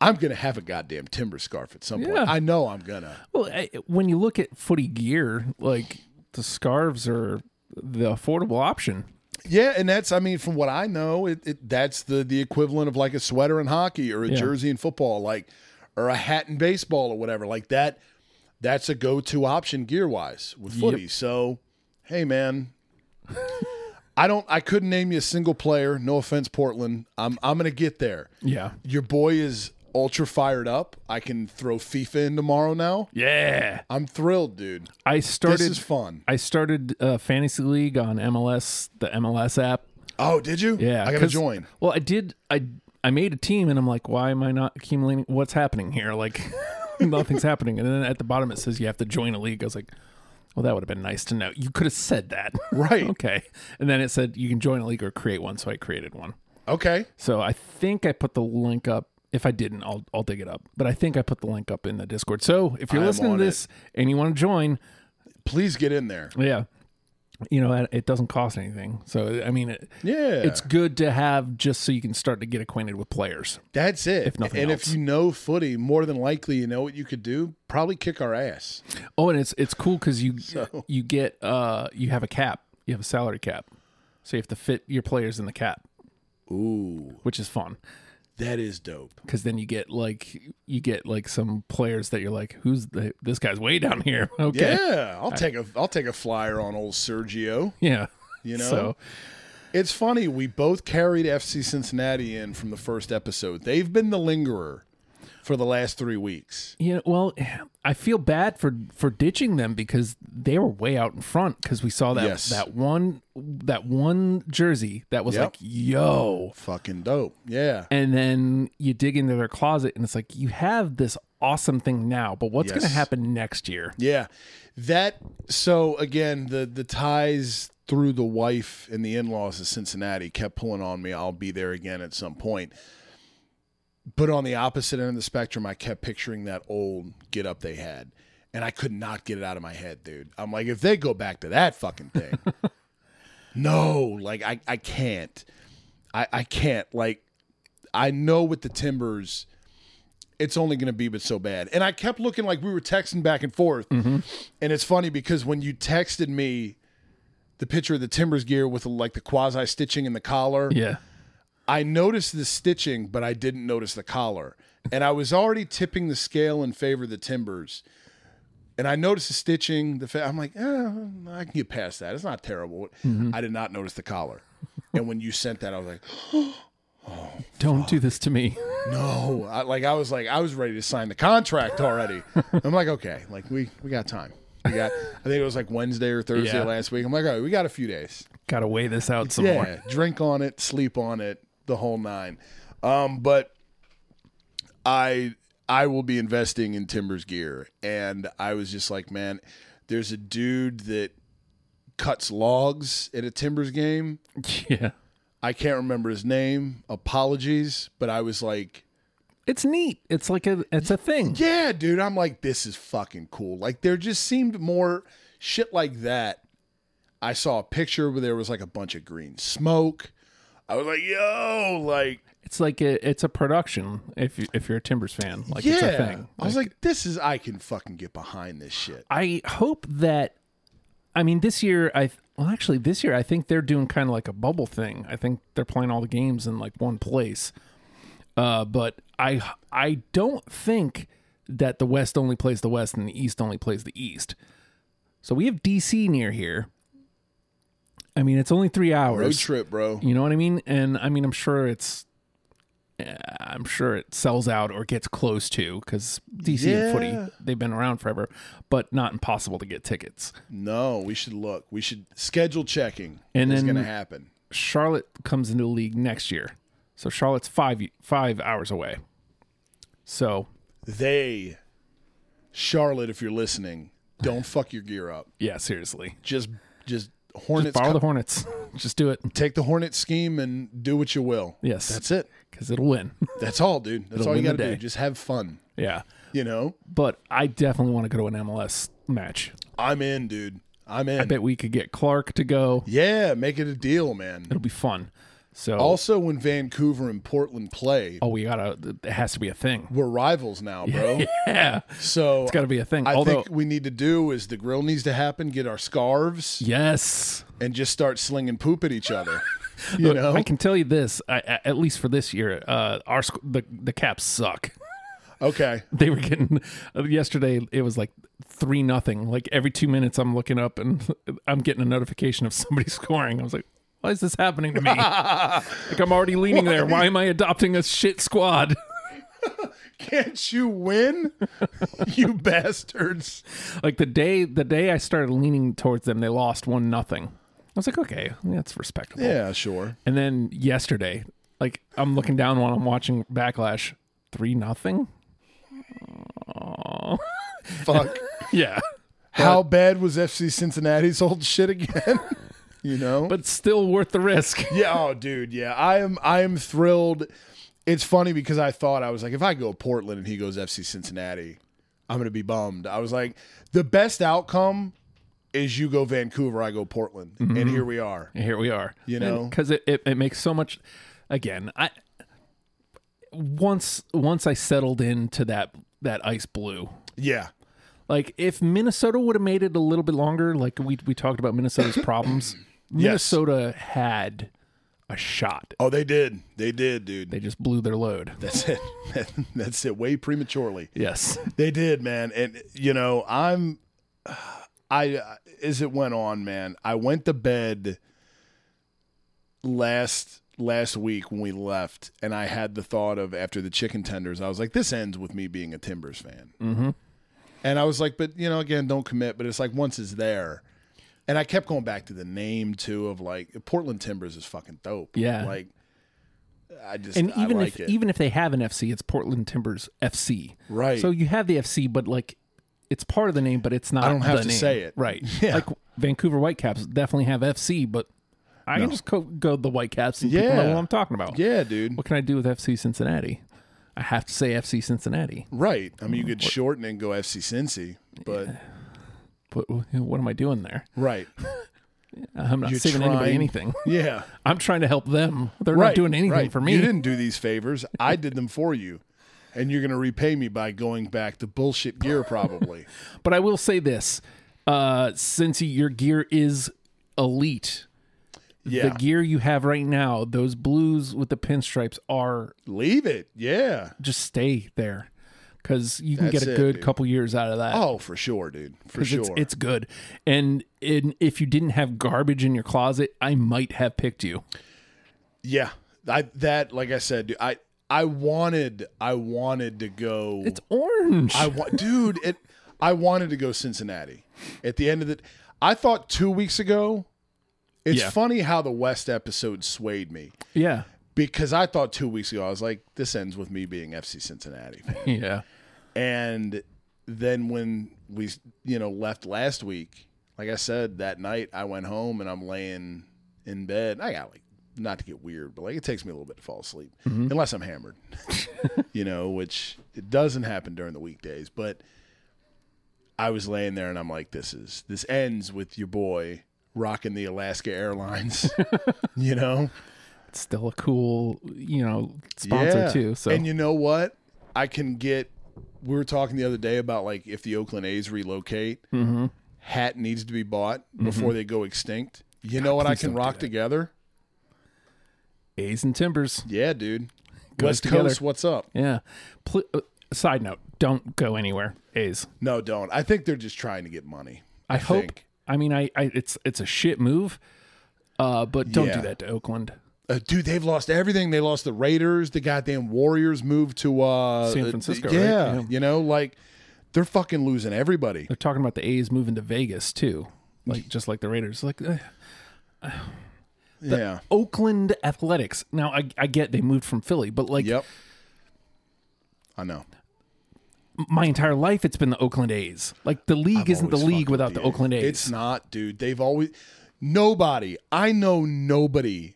I'm gonna have a goddamn timber scarf at some
Yeah.
point. I know I'm gonna.
Well, I, when you look at footy gear, like the scarves are the affordable option.
Yeah, and that's I mean, from what I know, it, it that's the the equivalent of like a sweater in hockey or a jersey in football, like or a hat in baseball or whatever. Like that that's a go to option gear wise with footy. So hey man. I don't I couldn't name you a single player, no offense, Portland. I'm I'm gonna get there.
Yeah.
Your boy is ultra fired up. I can throw FIFA in tomorrow now.
Yeah.
I'm thrilled, dude.
I
This
started
is fun.
I started uh, fantasy league on MLS, the MLS app.
Oh, did you?
Yeah,
I gotta
'cause-
join.
Well, I did. I I made a team, and I'm like, why am I not accumulating? What's happening here? Like, nothing's happening. And then at the bottom it says you have to join a league. I was like, well, that would have been nice to know. You could have said that,
Right.
okay. And then it said you can join a league or create one. So I created one.
Okay.
So I think I put the link up. If I didn't, I'll I'll dig it up. But I think I put the link up in the Discord. So if you're
I'm
listening
on
to this and you want to join,
Please get in there.
yeah, you know it- it doesn't cost anything. So I mean, it,
Yeah.
it's good to have just so you can start to get acquainted with players.
That's it.
nothing
and
else.
if you know footy, more than likely you know what you could do. Probably kick our ass.
Oh, and it's it's cool because you you get uh you have a cap, you have a salary cap, so you have to fit your players in the cap,
Ooh,
which is fun
that is dope.
because then you get like you get like some players that you're like, who's the, this guy's way down here? Okay,
Yeah, I'll take a I'll take a flyer on old Sergio.
yeah,
You know,
So
it's funny we both carried FC Cincinnati in from the first episode. They've been the lingerer for the last three weeks.
you know, well, I feel bad for for ditching them because they were way out in front because we saw that
Yes.
that one that one jersey that was
Yep.
like, yo,
Fucking dope. Yeah,
and then you dig into their closet and it's like you have this awesome thing now but what's going
Yes.
to happen next year
yeah. That so again the the ties through the wife and the in laws of Cincinnati kept pulling on me. I'll be there again at some point. But on the opposite end of the spectrum, I kept picturing that old get up they had. And I could not get it out of my head, dude. I'm like, if they go back to that fucking thing, no, like I, I can't. I, I can't. Like, I know with the Timbers, it's only going to be but so bad. And I kept looking like we were texting back and forth. And it's funny because when you texted me the picture of the Timbers gear with like the quasi stitching in the collar,
yeah
I noticed the stitching, but I didn't notice the collar. And I was already tipping the scale in favor of the timbers. And I noticed the stitching. The fa- I'm like, eh, I can get past that. It's not terrible. I did not notice the collar. and when you sent that, I was like,
don't do this to me
no. "Oh, I, like I was like, I was ready to sign the contract already. I'm like, okay, like we we got time. We got. I think it was like Wednesday or Thursday
Yeah.
last week. I'm like, all right, we got a few days.
gotta weigh this out some more
drink on it, sleep on it, the whole nine. Um, but I I will be investing in Timbers gear, and I was just like, man, there's a dude that cuts logs at a Timbers game.
yeah
I can't remember his name. Apologies, but I was like,
it's neat it's like a it's a thing
yeah, dude. I'm like, this is fucking cool. Like, there just seemed more shit like that. I saw a picture where there was like a bunch of green smoke. I was like, yo, like,
it's like a it's a production if you if you're a timbers fan like
yeah.
it's a thing
I was like, this is, I can fucking get behind this shit.
i hope that i mean this year i well actually this year i think they're doing kind of like a bubble thing i think they're playing all the games in like one place uh but i i don't think that the west only plays the west and the east only plays the east so we have dc near here i mean it's only three hours
Road trip, bro.
you know what I mean? And I mean, I'm sure it's eh, I'm sure it sells out or gets close to because DC and
Yeah.
footy they've been around forever, but not impossible to get tickets.
No, we should look. We should schedule checking.
And
is
then-
going to happen.
Charlotte comes into the league next year, so Charlotte's five five hours away. So
They, Charlotte, if you're listening, don't fuck your gear up.
yeah, seriously,
Just, just Hornets.
borrow
co-
the Hornets, just do it
take the Hornet scheme and do what you will.
Yes.
that's it.
because it'll win.
That's all, dude. That's all you
win the
got to do.
day.
Just have fun.
yeah,
You know,
but I definitely want to go to an MLS match.
I'm in, dude. I'm in.
Bet we could get Clark to go.
yeah, make it a deal, man.
It'll be fun. So
Also, when Vancouver and Portland play,
oh, we gotta. It has to be a thing.
we're rivals now, bro.
Yeah,
So
it's gotta be a thing.
I
Although
think we need to do is the grill needs to happen. Get our scarves
yes,
and just start slinging poop at each other. You know,
I can tell you this. I, I- at least for this year, uh, our sc- the the Caps suck.
okay.
They were getting uh, yesterday. It was like three nothing. Like every two minutes, I'm looking up and I'm getting a notification of somebody scoring. I was like, why is this happening to me? like I'm already leaning there. Why am I adopting a shit squad?
Can't you win, you bastards?
like the day the day I started leaning towards them, they lost one nothing. I was like, okay, that's respectable.
Yeah, sure.
And then yesterday, like I'm looking down while I'm watching Backlash, three nothing.
Fuck.
Yeah,
How bad was FC Cincinnati's old shit again? you know.
but still worth the risk.
yeah, oh, dude, yeah. I am. I am thrilled. It's funny because I thought I was like, if I go Portland and he goes FC Cincinnati, I'm gonna be bummed. I was like, the best outcome is you go Vancouver, I go Portland, and here we are.
And here we are.
You know?
because it, it it makes so much. Again, I once once I settled into that that ice blue.
Yeah,
Like if Minnesota would have made it a little bit longer, like we we talked about Minnesota's problems, Minnesota had a shot.
Oh, they did. They did, dude.
They just blew their load.
That's it. That's it. Way prematurely.
Yes.
They did, man. And you know, I'm I as it went on, man. I went to bed last last week when we left and I had the thought of after the chicken tenders, I was like this ends with me being a Timbers fan. Mhm.
Mm-hmm.
And I was like, but you know, again, don't commit, but it's like once it's there. And I kept going back to the name too of like Portland Timbers is fucking dope.
Yeah.
Like I just
And
I
even
like
if
it.
even if they have an FC, it's Portland Timbers FC.
Right.
So you have the FC, but like it's part of the name, but it's not.
I don't have
the
to
name.
say it.
Right.
Yeah.
Like Vancouver Whitecaps definitely have FC, but I can just co- go the Whitecaps and people
Yeah.
know what I'm talking about.
yeah, dude.
What can I do with FC Cincinnati? I have to say FC Cincinnati.
Right. I
Mm,
mean, you could shorten and go FC Cincy, but
But what am I doing there?
right.
I'm not
You're
saving anybody
trying-
anything.
Yeah.
I'm trying to help them. They're
right.
not doing anything
right.
for me.
You didn't do these favors. I did them for you. And you're going to repay me by going back to bullshit gear, probably.
But I will say this: uh, since your gear is elite,
Yeah.
the gear you have right now, those blues with the pinstripes are
Leave it. Yeah.
just stay there because you can
That's
get a
it,
good
dude.
couple years out of that.
Oh, for sure, dude. For
'Cause
sure.
it's, it's good. And in, if you didn't have garbage in your closet, I might have picked you.
yeah. I that like I said, dude, I I wanted I wanted to go
It's orange.
I want, dude. It. I wanted to go Cincinnati. At the end of the, I thought two weeks ago. It's
Yeah.
funny how the West episode swayed me
yeah,
because I thought two weeks ago I was like, this ends with me being FC Cincinnati, fan.
yeah,
and then when we you know left last week, like I said that night, I went home and I'm laying in bed. I got like not to get weird, but like it takes me a little bit to fall asleep unless I'm hammered, you know, which it doesn't happen during the weekdays, but. I was laying there and I'm like, this is this ends with your boy rocking the Alaska Airlines, you know,
it's still a cool you know sponsor
Yeah.
too. So
and you know what? I can get. We were talking the other day about like if the Oakland A's relocate,
Mm-hmm.
hat needs to be bought before they go extinct. You know what I
please
can
don't do
rock
that.
together?
A's and Timbers.
Yeah, dude.
Goes
West
together.
Coast, what's up?
Yeah. Pl- uh, side note: Don't go anywhere. A's.
No, don't. I think they're just trying to get money.
I hope.
think.
I mean, I, I it's it's a shit move, uh, but don't
Yeah.
do that to Oakland.
Uh, dude, they've lost everything. They lost the Raiders. The goddamn Warriors moved to uh,
San
uh,
Francisco,
yeah,
right? Yeah.
you know, like they're fucking losing everybody.
They're talking about the A's moving to Vegas too, like just like the Raiders. Like eh.
yeah.
Oakland Athletics. Now I, I get they moved from Philly, but like
Yep. I know.
my entire life, it's been the Oakland A's. Like the league isn't the
always fucked
league
with
without the, Oakland A's.
It's not, dude. They've always nobody. I know nobody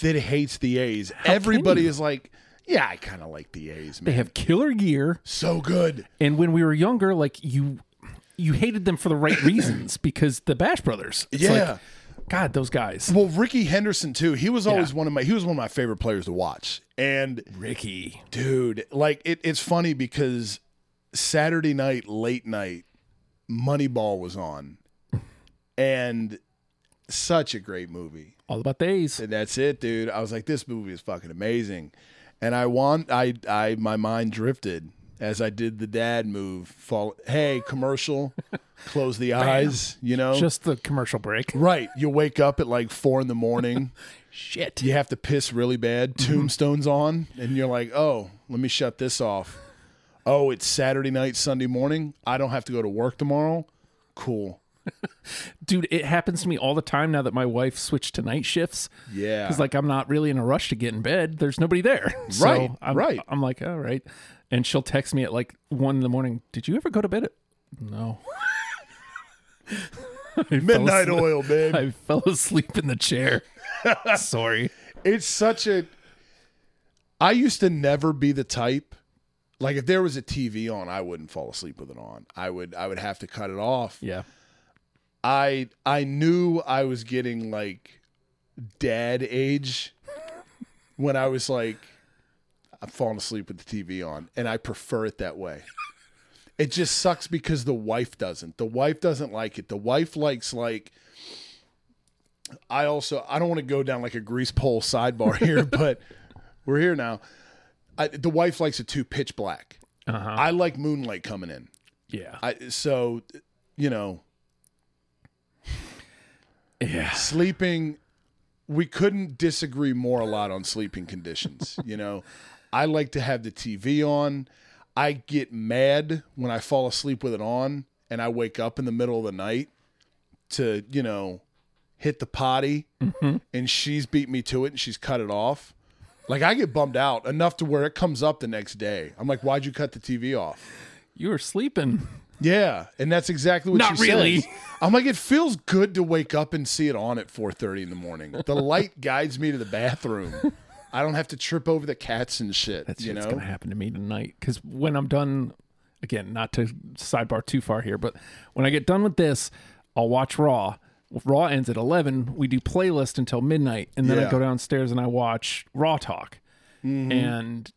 that hates the A's. Everybody
you?
is like, yeah, I kind of like the A's,
they
man.
have killer gear,
so good.
and when we were younger, like you, you hated them for the right reasons because the Bash Brothers. It's
Yeah.
like, God, those guys,
Well, Ricky Henderson too. He was always
Yeah.
one of my. He was one of my favorite players to watch. And
Ricky.
dude like it, it's funny because saturday night late night moneyball was on and such a great movie
All about the A's.
and that's it dude i was like this movie is fucking amazing and i want i i my mind drifted as i did the dad move fall hey commercial close the eyes you know
Just the commercial break.
right you wake up at like four in the morning
Shit.
you have to piss really bad,
Mm-hmm.
tombstones on, and you're like, oh, let me shut this off. Oh, it's Saturday night, Sunday morning. I don't have to go to work tomorrow. Cool.
Dude, it happens to me all the time now that my wife switched to night shifts.
Yeah.
Because like I'm not really in a rush to get in bed. There's nobody there. So
Right,
I'm,
right.
I'm like, all right. And she'll text me at like one in the morning. Did you ever go to bed? At-? No. I fell
Midnight
asleep-
oil, babe.
I fell asleep in the chair. Sorry.
it's such a. I used to never be the type. Like if there was a TV on, I wouldn't fall asleep with it on. I would I would have to cut it off.
Yeah.
I I knew I was getting like dad age when I was like I'm falling asleep with the TV on and I prefer it that way. It just sucks because the wife doesn't. The wife doesn't like it. The wife likes like I also I don't want to go down like a grease pole sidebar here, but we're here now. I, the wife likes it too pitch black.
Uh-huh.
I like moonlight coming in.
Yeah.
I so you know
Yeah.
sleeping we couldn't disagree more a lot on sleeping conditions you know i like to have the tv on i get mad when i fall asleep with it on and i wake up in the middle of the night to you know hit the potty and she's beat me to it and she's cut it off like i get bummed out enough to where it comes up the next day i'm like why'd you cut the tv off
You were sleeping.
yeah, and that's exactly what
Not
she
really.
says. I'm like, it feels good to wake up and see it on at 4:30 in the morning. The light guides me to the bathroom. I don't have to trip over the cats and shit.
That's
you
what's
know,
going to happen to me tonight. Because when I'm done, again, not to sidebar too far here, but when I get done with this, I'll watch Raw. Raw ends at 11. We do playlist until midnight. And then
Yeah. Mm-hmm.
I go downstairs and I watch Raw Talk. And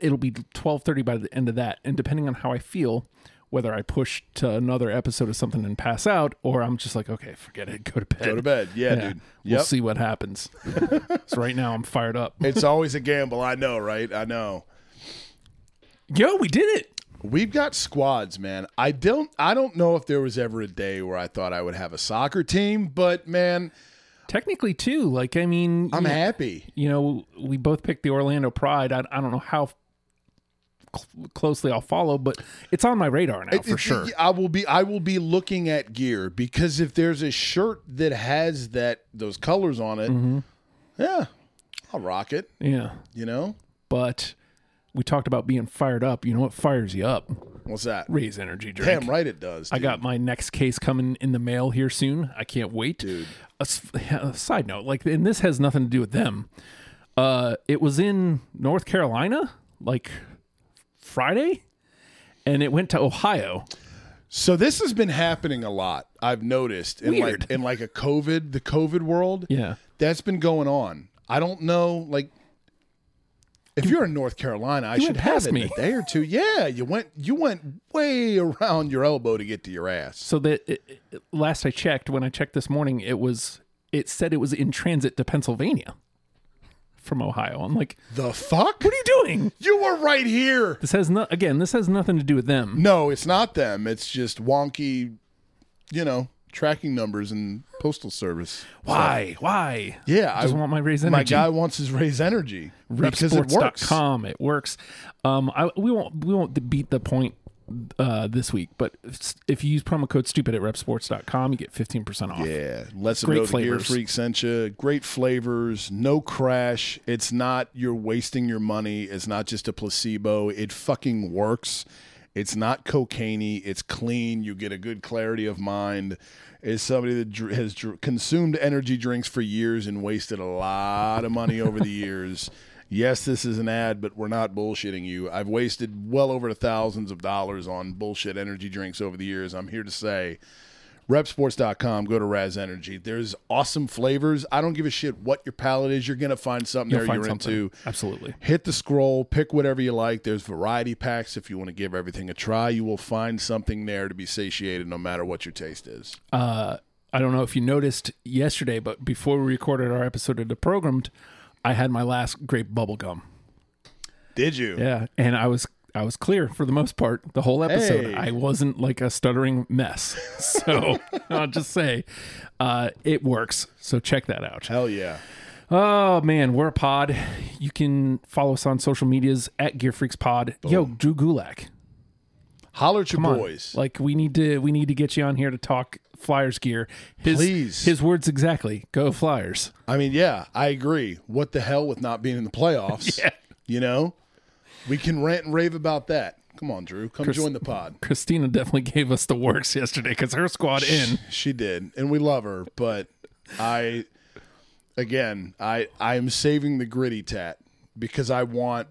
it'll be 12.30 by the end of that. And depending on how I feel, whether I push to another episode of something and pass out, or I'm just like, okay, forget it, go to bed.
go to bed. Yeah, dude.
We'll
Yep.
see what happens. so right now I'm fired up.
it's always a gamble. I know, right? I know.
Yo, we did it.
We've got squads, man. I don't. I don't know if there was ever a day where I thought I would have a soccer team, but man,
Technically, too. Like, I mean,
I'm
you,
happy.
you know, we both picked the Orlando Pride. I, I don't know how cl- closely I'll follow, but it's on my radar now for
It- it-
sure.
I will be I will be looking at gear because if there's a shirt that has that those colors on it,
Mm-hmm.
yeah, I'll rock it.
yeah,
You know
but we talked about being fired up. You know what fires you up?
what's that?
Raise energy drink.
Damn right it does.
I
dude.
got my next case coming in the mail here soon. I can't wait.
Dude.
A, s- a side note, like, and this has nothing to do with them. Uh, it was in North Carolina, like Friday, and it went to Ohio.
so this has been happening a lot. I've noticed in
Weird.
like in like a COVID the COVID world.
Yeah.
that's been going on. I don't know, like. If you're in North Carolina, I should
went
have
past
it in a
me.
day or two. Yeah, you went you went way around your elbow to get to your ass.
So that it, it- last I checked, when I checked this morning, it was it said it was in transit to Pennsylvania from Ohio. I'm like,
The fuck?
what are you doing?
You were right here.
This has not again. This has nothing to do with them.
No, it's not them. It's just wonky, you know, tracking numbers and postal service.
Why? Why?
Yeah,
I just want my raise energy.
my guy wants his raise energy because it works.
repsports.com. It works. Um, I, we won't we won't beat the point uh, this week, but if, if you use promo code stupid at repsports.com, you get fifteen percent off.
Yeah, let's
Great
go to Gear
flavors.
Freak sent you. Great flavors, no crash. It's not you're wasting your money. It's not just a placebo. It fucking works. It's not cocainey. It's clean. You get a good clarity of mind. Is somebody that dr- has dr- consumed energy drinks for years and wasted a lot of money over the years. Yes, this is an ad, but we're not bullshitting you. I've wasted well over thousands of dollars on bullshit energy drinks over the years. I'm here to say repsports.com go to raz energy there's awesome flavors i don't give a shit what your palate is you're gonna find something there
You'll find
you're
something.
into
Absolutely.
hit the scroll pick whatever you like there's variety packs if you want to give everything a try you will find something there to be satiated no matter what your taste is
Uh, I don't know if you noticed yesterday, but before we recorded our episode of Deprogrammed, I had my last grape bubble gum.
did you
Yeah, and I was I was clear for the most part the whole episode.
Hey.
I wasn't like a stuttering mess. So I'll just say, uh, it works. So check that out.
hell yeah
Oh man, we're a pod. You can follow us on social medias at Gear Freaks Pod. Yo, Drew Gulak,
holler at your
come on.
boys
Like we need to we need to get you on here to talk Flyers gear. His,
Please.
his words exactly. Go Flyers.
i mean yeah i agree what the hell with not being in the playoffs
Yeah.
you know we can rant and rave about that come on drew come join the pod
Christina definitely gave us the works yesterday because her squad in.
She did, and we love her. But I, again, I I am saving the gritty tat because I want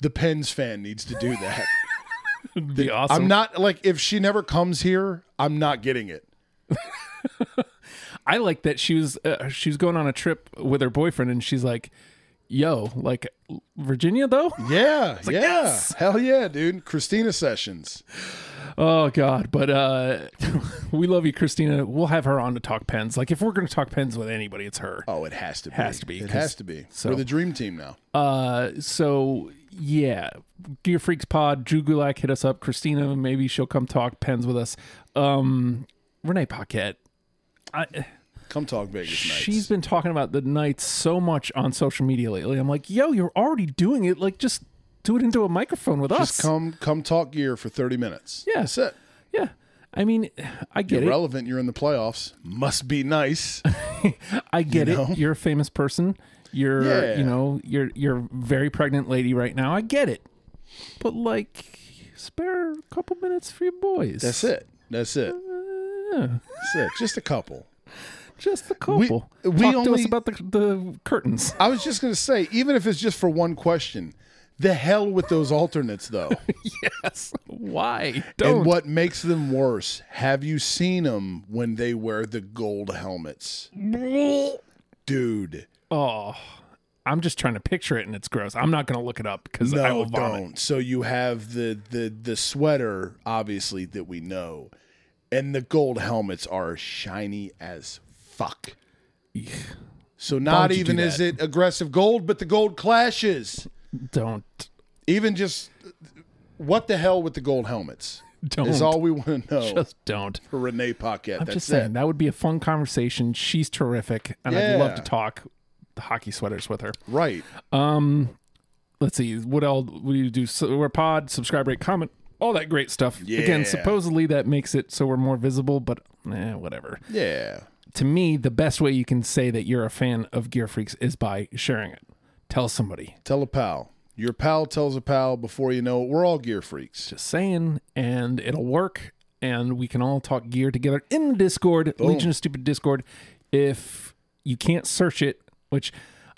the Pens fan needs to do that.
It'd be awesome.
I'm not like if she never comes here, I'm not getting it.
I like that she was uh, she was going on a trip with her boyfriend and she's like, "Yo, like Virginia though."
Yeah, yeah,
yes.
hell yeah, dude. Christina Sessions.
Oh God, but uh, we love you, Christina. We'll have her on to talk pens. Like if we're going to talk pens with anybody, it's her.
Oh, it has to be.
Has to be,
It
'cause-
has to be.
so-
We're the dream team now.
Uh, so yeah, Gear Freaks Pod, Drew Gulak, hit us up. Christina, maybe she'll come talk pens with us. Um, Renee Paquette, I,
Come talk Vegas nights.
she's been talking about the nights so much on social media lately. I'm like, yo, you're already doing it. Like just do it into a microphone with us.
just come come talk gear for 30 minutes.
Yeah.
That's it.
Yeah. I mean, I get it.
Relevant, you're in the playoffs. Must be nice.
I get
you know?
it. You're a famous person. You're,
Yeah.
you know, you're you're a very pregnant lady right now. I get it. But like, spare a couple minutes for your boys.
That's it. That's it.
Uh, Yeah.
That's it. Just a couple.
Just a couple.
we
Talk to
only-
us about the the curtains.
I was just gonna say, even if it's just for one question, the hell with those alternates though.
yes. Why? Don't.
and what makes them worse? Have you seen them when they wear the gold helmets, dude?
oh, I'm just trying to picture it, and it's gross. I'm not going to look it up because I
No,
will vomit.
don't. So you have the the the sweater, obviously that we know, and the gold helmets are shiny as fuck.
Eek.
So not
would you do
even
that?
is it aggressive gold, but the gold clashes.
Don't.
Even just what the hell with the gold helmets?
Don't.
is all we want to know
Just don't.
for Renee Paquette. That's
just
it.
saying that would be a fun conversation. She's terrific, and I'd love to
Yeah.
talk the hockey sweaters with her.
Right.
Um, let's see what else we do. So we're pod, subscribe, rate, comment, all that great stuff.
Yeah.
Again, supposedly that makes it so we're more visible, but eh, whatever.
Yeah.
To me, the best way you can say that you're a fan of Gear Freaks is by sharing it. Tell somebody.
Tell a pal. Your pal tells a pal before you know it. We're all gear freaks.
Just saying, and it'll work, and we can all talk gear together in the Discord, Legion of Stupid Discord. If you can't search it, which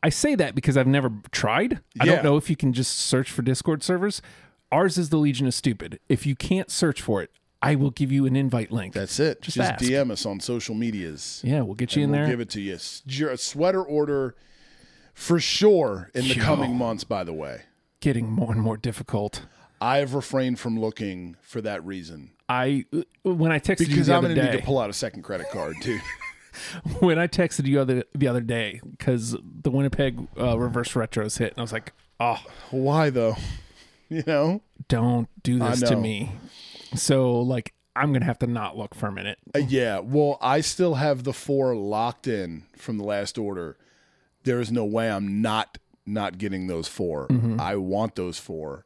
I say that because I've never tried, I
Yeah.
don't know if you can just search for Discord servers. Ours is the Legion of Stupid. If you can't search for it, I will give you an invite link.
That's it. Just,
Just ask.
DM us on social medias.
yeah, we'll get you in
We'll
there.
give it to you. S- your- A sweater order for sure in the
Yo.
coming months, by the way.
Getting more and more difficult.
I've refrained from looking for that reason
I when I texted you
because
the
I'm
other
going to
day,
need to pull out a second credit card, dude.
when I texted you other the other day because the Winnipeg uh, reverse retros hit, and I was like, oh.
Why though? You know?
don't do this to
know.
me. So like I'm gonna have to not look for a minute.
Uh, yeah, well, I still have the four locked in from the last order. There is no way I'm not not getting those 4
Mm-hmm.
I want those four.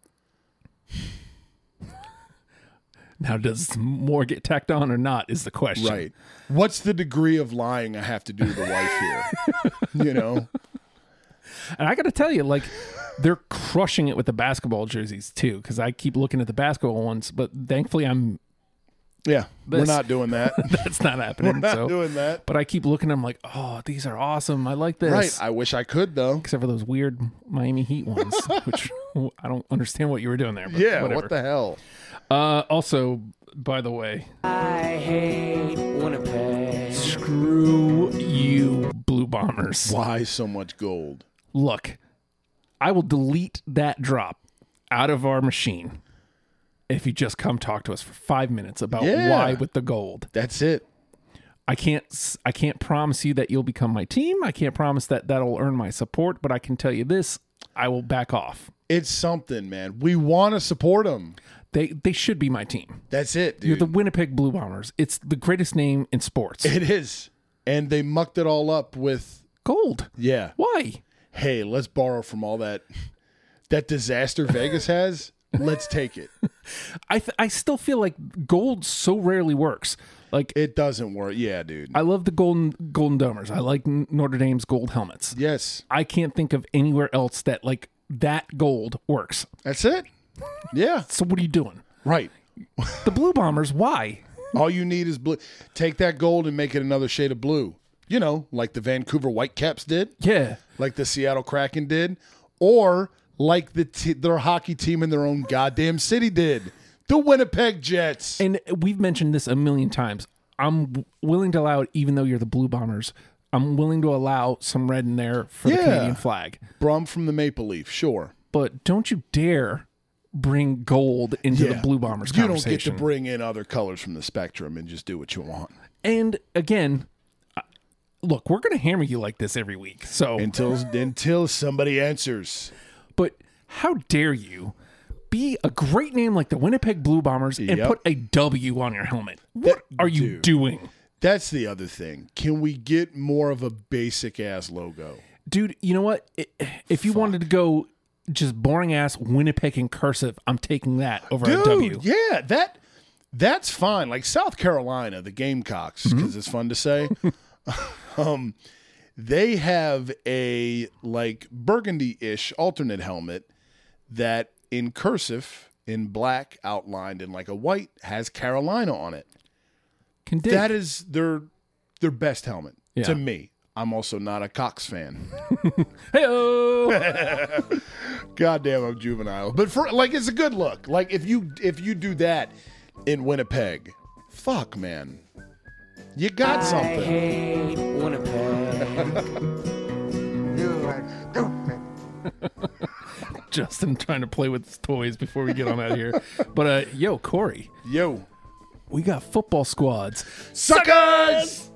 Now, does more get tacked on or not is the question.
Right. What's the degree of lying I have to do to the wife here? you know,
And I got to tell you, like, they're crushing it with the basketball jerseys too. Because I keep looking at the basketball ones, but thankfully, I'm
yeah, we're
This-
not doing that.
that's not happening.
We're not
so,
doing that.
but I keep looking. I'm like, oh, these are awesome. I like this.
Right. I wish I could though.
Except for those weird Miami Heat ones, which I don't understand what you were doing there. But
Yeah.
whatever.
What the hell?
Uh, also, by the way,
I hate Winnipeg.
screw you, Blue Bombers.
Why so much gold?
Look, I will delete that drop out of our machine if you just come talk to us for five minutes about
Yeah.
why with the gold.
That's it.
I can't. s- I can't promise you that you'll become my team. I can't promise that that'll earn my support. But I can tell you this: I will back off.
It's something, man. We want to support them.
They they should be my team.
That's it,
You're
dude.
the Winnipeg Blue Bombers. It's the greatest name in sports.
it is. And they mucked it all up with
Gold.
yeah.
Why?
Hey, let's borrow from all that that disaster Vegas has. Let's take it.
I th- I still feel like gold so rarely works. Like
It doesn't work. Yeah, dude.
I love the golden golden domers. I like N- Notre Dame's gold helmets.
yes.
I can't think of anywhere else that like that gold works.
That's it. Yeah.
So what are you doing?
Right.
The blue bombers, why?
All you need is blue. Take that gold and make it another shade of blue. You know, like the Vancouver Whitecaps did,
Yeah.
like the Seattle Kraken did, or like the t- their hockey team in their own goddamn city did, the Winnipeg Jets.
And we've mentioned this a million times. I'm w- willing to allow it even though you're the blue bombers. I'm willing to allow some red in there for the
Yeah.
Canadian flag.
Brum from the Maple Leaf, sure.
But don't you dare bring gold into the
Yeah.
blue bombers
You don't get to
conversation.
bring in other colors from the spectrum and just do what you want
and again, I- look, we're going to hammer you like this every week. So
until until somebody answers.
but how dare you be a great name like the Winnipeg Blue Bombers and
Yep.
put a W on your helmet? What
That-
are you
dude.
doing?
That's the other thing. Can we get more of a basic ass logo?
Dude, you know what? I- If you wanted to go just boring ass Winnipeg in cursive, I'm taking that over a W.
Yeah, that that's fine. Like South Carolina, the Gamecocks,
Mm-hmm.
because it's fun to say. um, they have a like burgundy-ish alternate helmet that in cursive in black outlined in like a white has Carolina on it.
Can dig.
That is their their best helmet
Yeah.
to me. I'm also not a Cox fan.
Hey-oh!
Goddamn, I'm juvenile. But for like, it's a good look. Like if you if you do that in Winnipeg, fuck man, you got
I
something.
hate Winnipeg.
You are stupid.
Justin trying to play with his toys before we get on out of here. But uh, yo, Corey,
Yo,
we got football squads.
suckers.